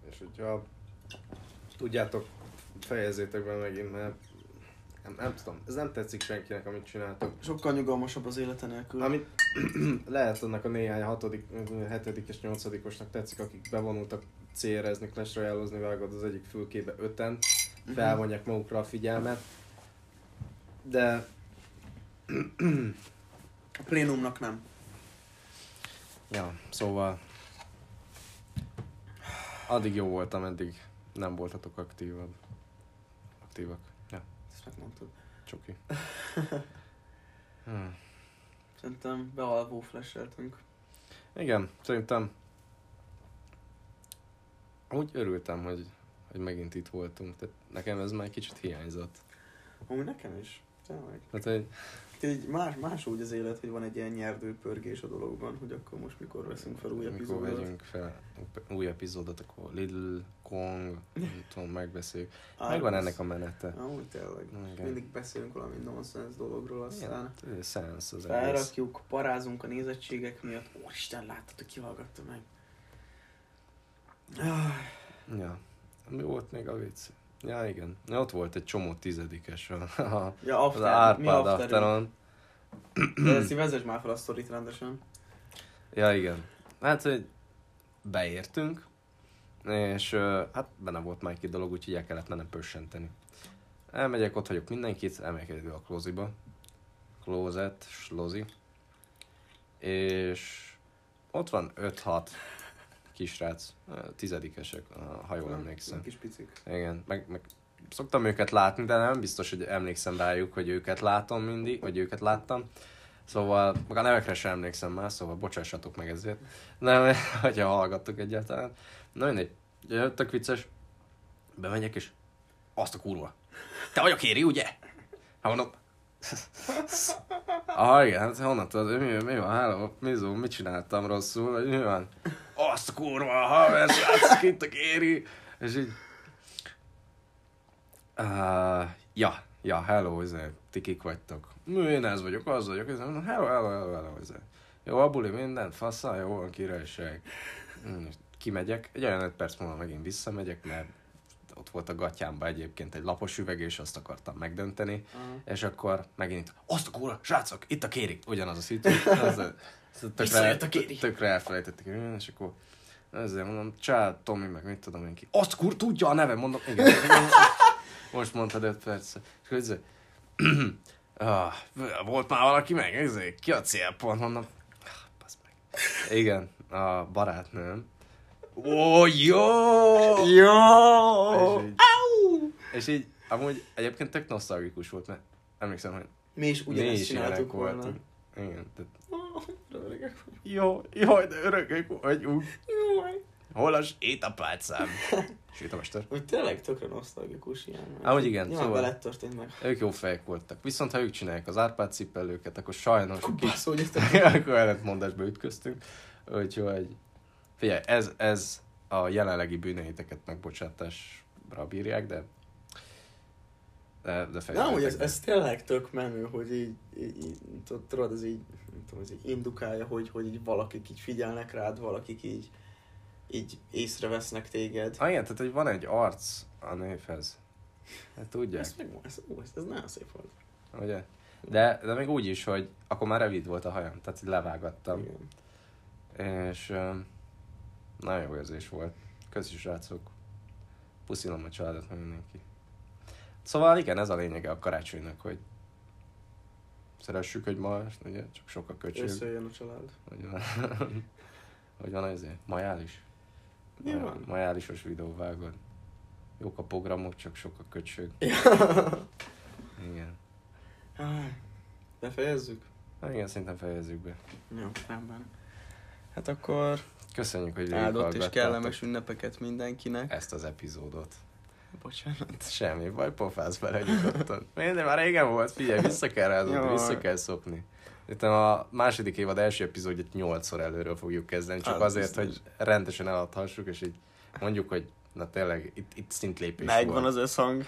[SPEAKER 1] És hogyha Tudjátok, fejezzétek be megint, mert nem, nem tudom, ez nem tetszik senkinek, amit csináltok.
[SPEAKER 2] Sokkal nyugalmasabb az élete nélkül.
[SPEAKER 1] Amit lehet annak a néhány hatodik, hetedik és nyolcadikosnak tetszik, akik bevonultak cérezni, clash royale vágod az egyik fülkébe öten, felvonják magukra a figyelmet, de
[SPEAKER 2] A plénumnak nem.
[SPEAKER 1] Ja, szóval addig jó voltam, eddig nem voltatok aktívabb. Aktívak. Ja,
[SPEAKER 2] Ezt megmondtad.
[SPEAKER 1] csoki. Hmm.
[SPEAKER 2] Szerintem bealvó flasheltünk.
[SPEAKER 1] Igen, szerintem úgy örültem, hogy, hogy megint itt voltunk. Tehát nekem ez már kicsit hiányzott.
[SPEAKER 2] Amúgy nekem is. Tényleg.
[SPEAKER 1] Tehát, hogy
[SPEAKER 2] Így más, más úgy az élet, hogy van egy ilyen nyerdő pörgés a dologban, hogy akkor most mikor veszünk fel új
[SPEAKER 1] mikor
[SPEAKER 2] epizódot.
[SPEAKER 1] vegyünk fel új epizódot, akkor Little Kong, nem tudom, megbeszéljük.
[SPEAKER 2] Á,
[SPEAKER 1] Megvan
[SPEAKER 2] az-
[SPEAKER 1] ennek a menete.
[SPEAKER 2] Amúgy tényleg.
[SPEAKER 1] Na, igen.
[SPEAKER 2] Mindig beszélünk valami nonsens dologról, aztán
[SPEAKER 1] Igen, szensz az egész.
[SPEAKER 2] felrakjuk, parázunk a nézettségek miatt. Úristen, láttad, hogy kihallgatta meg. Ah,
[SPEAKER 1] Ja. Mi volt még a vicc? Ja, igen. Ja, ott volt egy csomó tizedikes. A, a,
[SPEAKER 2] Ja,
[SPEAKER 1] az
[SPEAKER 2] after, mi
[SPEAKER 1] Árpád
[SPEAKER 2] after?
[SPEAKER 1] afteron.
[SPEAKER 2] De ezt így vezess már fel a sztorit rendesen.
[SPEAKER 1] Ja, igen. Hát, hogy beértünk, és ö, hát benne volt már két dolog, úgyhogy el kellett mennem pössenteni. Elmegyek, ott hagyok mindenkit, elmegyek egyedül a klóziba. Klózet, slozi. És ott van 5-6 kisrác, ö, tizedikesek, ö, ha jól emlékszem.
[SPEAKER 2] Kis picik.
[SPEAKER 1] Igen, meg, meg szoktam őket látni, de nem biztos, hogy emlékszem rájuk, hogy őket látom mindig, vagy őket láttam. Szóval, meg a nevekre sem emlékszem már, szóval bocsássatok meg ezért. Nem, hogyha hallgattok egyáltalán. Na mindegy, Ö, tök vicces. Bemegyek és azt a kurva. Te vagy a kéri, ugye? Hát mondom, Ah, igen, hát honnan tudod, mi, mi van, hello, mizó, mit csináltam rosszul, vagy mi van? Azt a kurva, ha ez látszik itt a kéri. És így, Uh, ja, ja, hello, izé, ti kik vagytok? Mű, én ez vagyok, az vagyok, ez mondom, hello, hello, hello, hello, izé. Jó, a buli minden, faszal, jó, van királyság. Mm, és Kimegyek, egy olyan öt perc múlva megint visszamegyek, mert ott volt a gatyámba egyébként egy lapos üveg, és azt akartam megdönteni,
[SPEAKER 2] Aha.
[SPEAKER 1] és akkor megint, azt a kóra, srácok, itt a kéri, ugyanaz a szitu, az a, az a tökre,
[SPEAKER 2] Visszajött a kéri.
[SPEAKER 1] tökre elfelejtették, és akkor ezzel mondom, csá, Tomi, meg mit tudom én ki. Azt kur, tudja a neve, mondom, igen. Most mondtad öt perc. És akkor ezzel, ah, volt már valaki meg, ezzel, ki a célpont, mondom, ah, basz meg. Igen, a barátnőm. Ó, jó!
[SPEAKER 2] Jó!
[SPEAKER 1] És így-
[SPEAKER 2] Au!
[SPEAKER 1] És így, amúgy egyébként tök nosztalgikus volt, mert emlékszem, hogy
[SPEAKER 2] Mi is
[SPEAKER 1] mi
[SPEAKER 2] ugyanezt
[SPEAKER 1] is
[SPEAKER 2] csináltuk
[SPEAKER 1] ilyenek
[SPEAKER 2] volna.
[SPEAKER 1] voltunk. Igen, tehát
[SPEAKER 2] Ó, öregek.
[SPEAKER 1] jó, jó, de örökök vagyunk.
[SPEAKER 2] Jaj.
[SPEAKER 1] Hol a sétapálcám? Sétamester.
[SPEAKER 2] Úgy tényleg tökre nosztalgikus ilyen.
[SPEAKER 1] Á, hogy igen,
[SPEAKER 2] Nyilván
[SPEAKER 1] szóval-
[SPEAKER 2] szóval... veled történt meg.
[SPEAKER 1] Ők jó fejek voltak. Viszont ha ők csinálják az Árpád cipelőket, akkor sajnos
[SPEAKER 2] Akkor
[SPEAKER 1] ki...
[SPEAKER 2] Basz, hogy ezt
[SPEAKER 1] akkor ellentmondásba ütköztünk. Úgyhogy figyelj, ez, ez a jelenlegi bűneiteket megbocsátásra bírják, de de, de
[SPEAKER 2] De amúgy ez,
[SPEAKER 1] fejlődtek.
[SPEAKER 2] ez tényleg tök menő, hogy így, így, így tud- tudod, ez így, nem tudom, ez így indukálja, hogy, hogy így valakik így figyelnek rád, valakik így, így észrevesznek téged.
[SPEAKER 1] Ah, igen, tehát hogy van egy arc a néphez. Hát tudják,
[SPEAKER 2] Ez, meg, ez, ó, ez, ez nagyon szép volt.
[SPEAKER 1] ugye? De, de még úgy is, hogy akkor már rövid volt a hajam, tehát így levágattam.
[SPEAKER 2] Igen.
[SPEAKER 1] És öm, nagyon jó érzés volt. Köszi srácok. Puszilom a családot, meg mindenki. Szóval igen, ez a lényege a karácsonynak, hogy szeressük egymást, ugye? Csak sok a köcsög.
[SPEAKER 2] Összejön a család.
[SPEAKER 1] Hogy van, hogy van ezért? Majális?
[SPEAKER 2] Mi van?
[SPEAKER 1] Majálisos videó vágod. Jók a programok, csak sok a köcsög. Igen.
[SPEAKER 2] Áj, Befejezzük?
[SPEAKER 1] Hát igen, szerintem fejezzük be.
[SPEAKER 2] Jó, rendben. Hát akkor
[SPEAKER 1] Köszönjük, hogy
[SPEAKER 2] áldott és
[SPEAKER 1] végighallgattátok
[SPEAKER 2] kellemes ünnepeket mindenkinek.
[SPEAKER 1] ezt az epizódot.
[SPEAKER 2] Bocsánat.
[SPEAKER 1] Semmi baj, pofáz bele nyugodtan. Minden már régen volt, figyelj, vissza kell rázódni,
[SPEAKER 2] Jaj.
[SPEAKER 1] vissza kell szopni. Itt a második évad első epizódját nyolcszor előről fogjuk kezdeni, csak
[SPEAKER 2] Az
[SPEAKER 1] azért,
[SPEAKER 2] biztos.
[SPEAKER 1] hogy rendesen eladhassuk, és így mondjuk, hogy na tényleg, itt, itt szintlépés
[SPEAKER 2] Megvan
[SPEAKER 1] volt.
[SPEAKER 2] az összhang.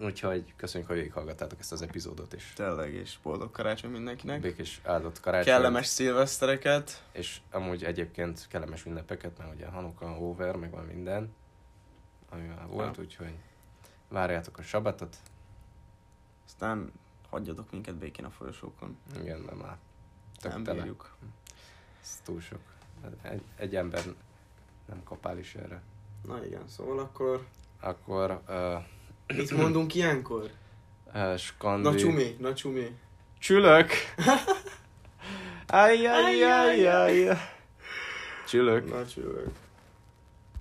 [SPEAKER 1] Úgyhogy köszönjük, hogy végighallgattátok ezt az epizódot, és
[SPEAKER 2] Tényleg, és boldog karácsony mindenkinek.
[SPEAKER 1] békés áldott karácsony.
[SPEAKER 2] Kellemes szilvesztereket.
[SPEAKER 1] És amúgy egyébként kellemes ünnepeket, mert ugye Hanuka, Over, meg van minden. ami már volt, úgyhogy várjátok a sabatot.
[SPEAKER 2] Aztán hagyjatok minket békén a folyosókon.
[SPEAKER 1] Igen, de már tök
[SPEAKER 2] Nem
[SPEAKER 1] tele.
[SPEAKER 2] bírjuk.
[SPEAKER 1] Ez túl sok. Egy, egy ember nem kapál is erre.
[SPEAKER 2] Na igen, szóval akkor
[SPEAKER 1] Akkor uh,
[SPEAKER 2] mit mondunk ilyenkor?
[SPEAKER 1] uh, skandi...
[SPEAKER 2] Na csumi, na csumi.
[SPEAKER 1] Csülök! Ajjajjajjaj! Csülök!
[SPEAKER 2] Na csülök.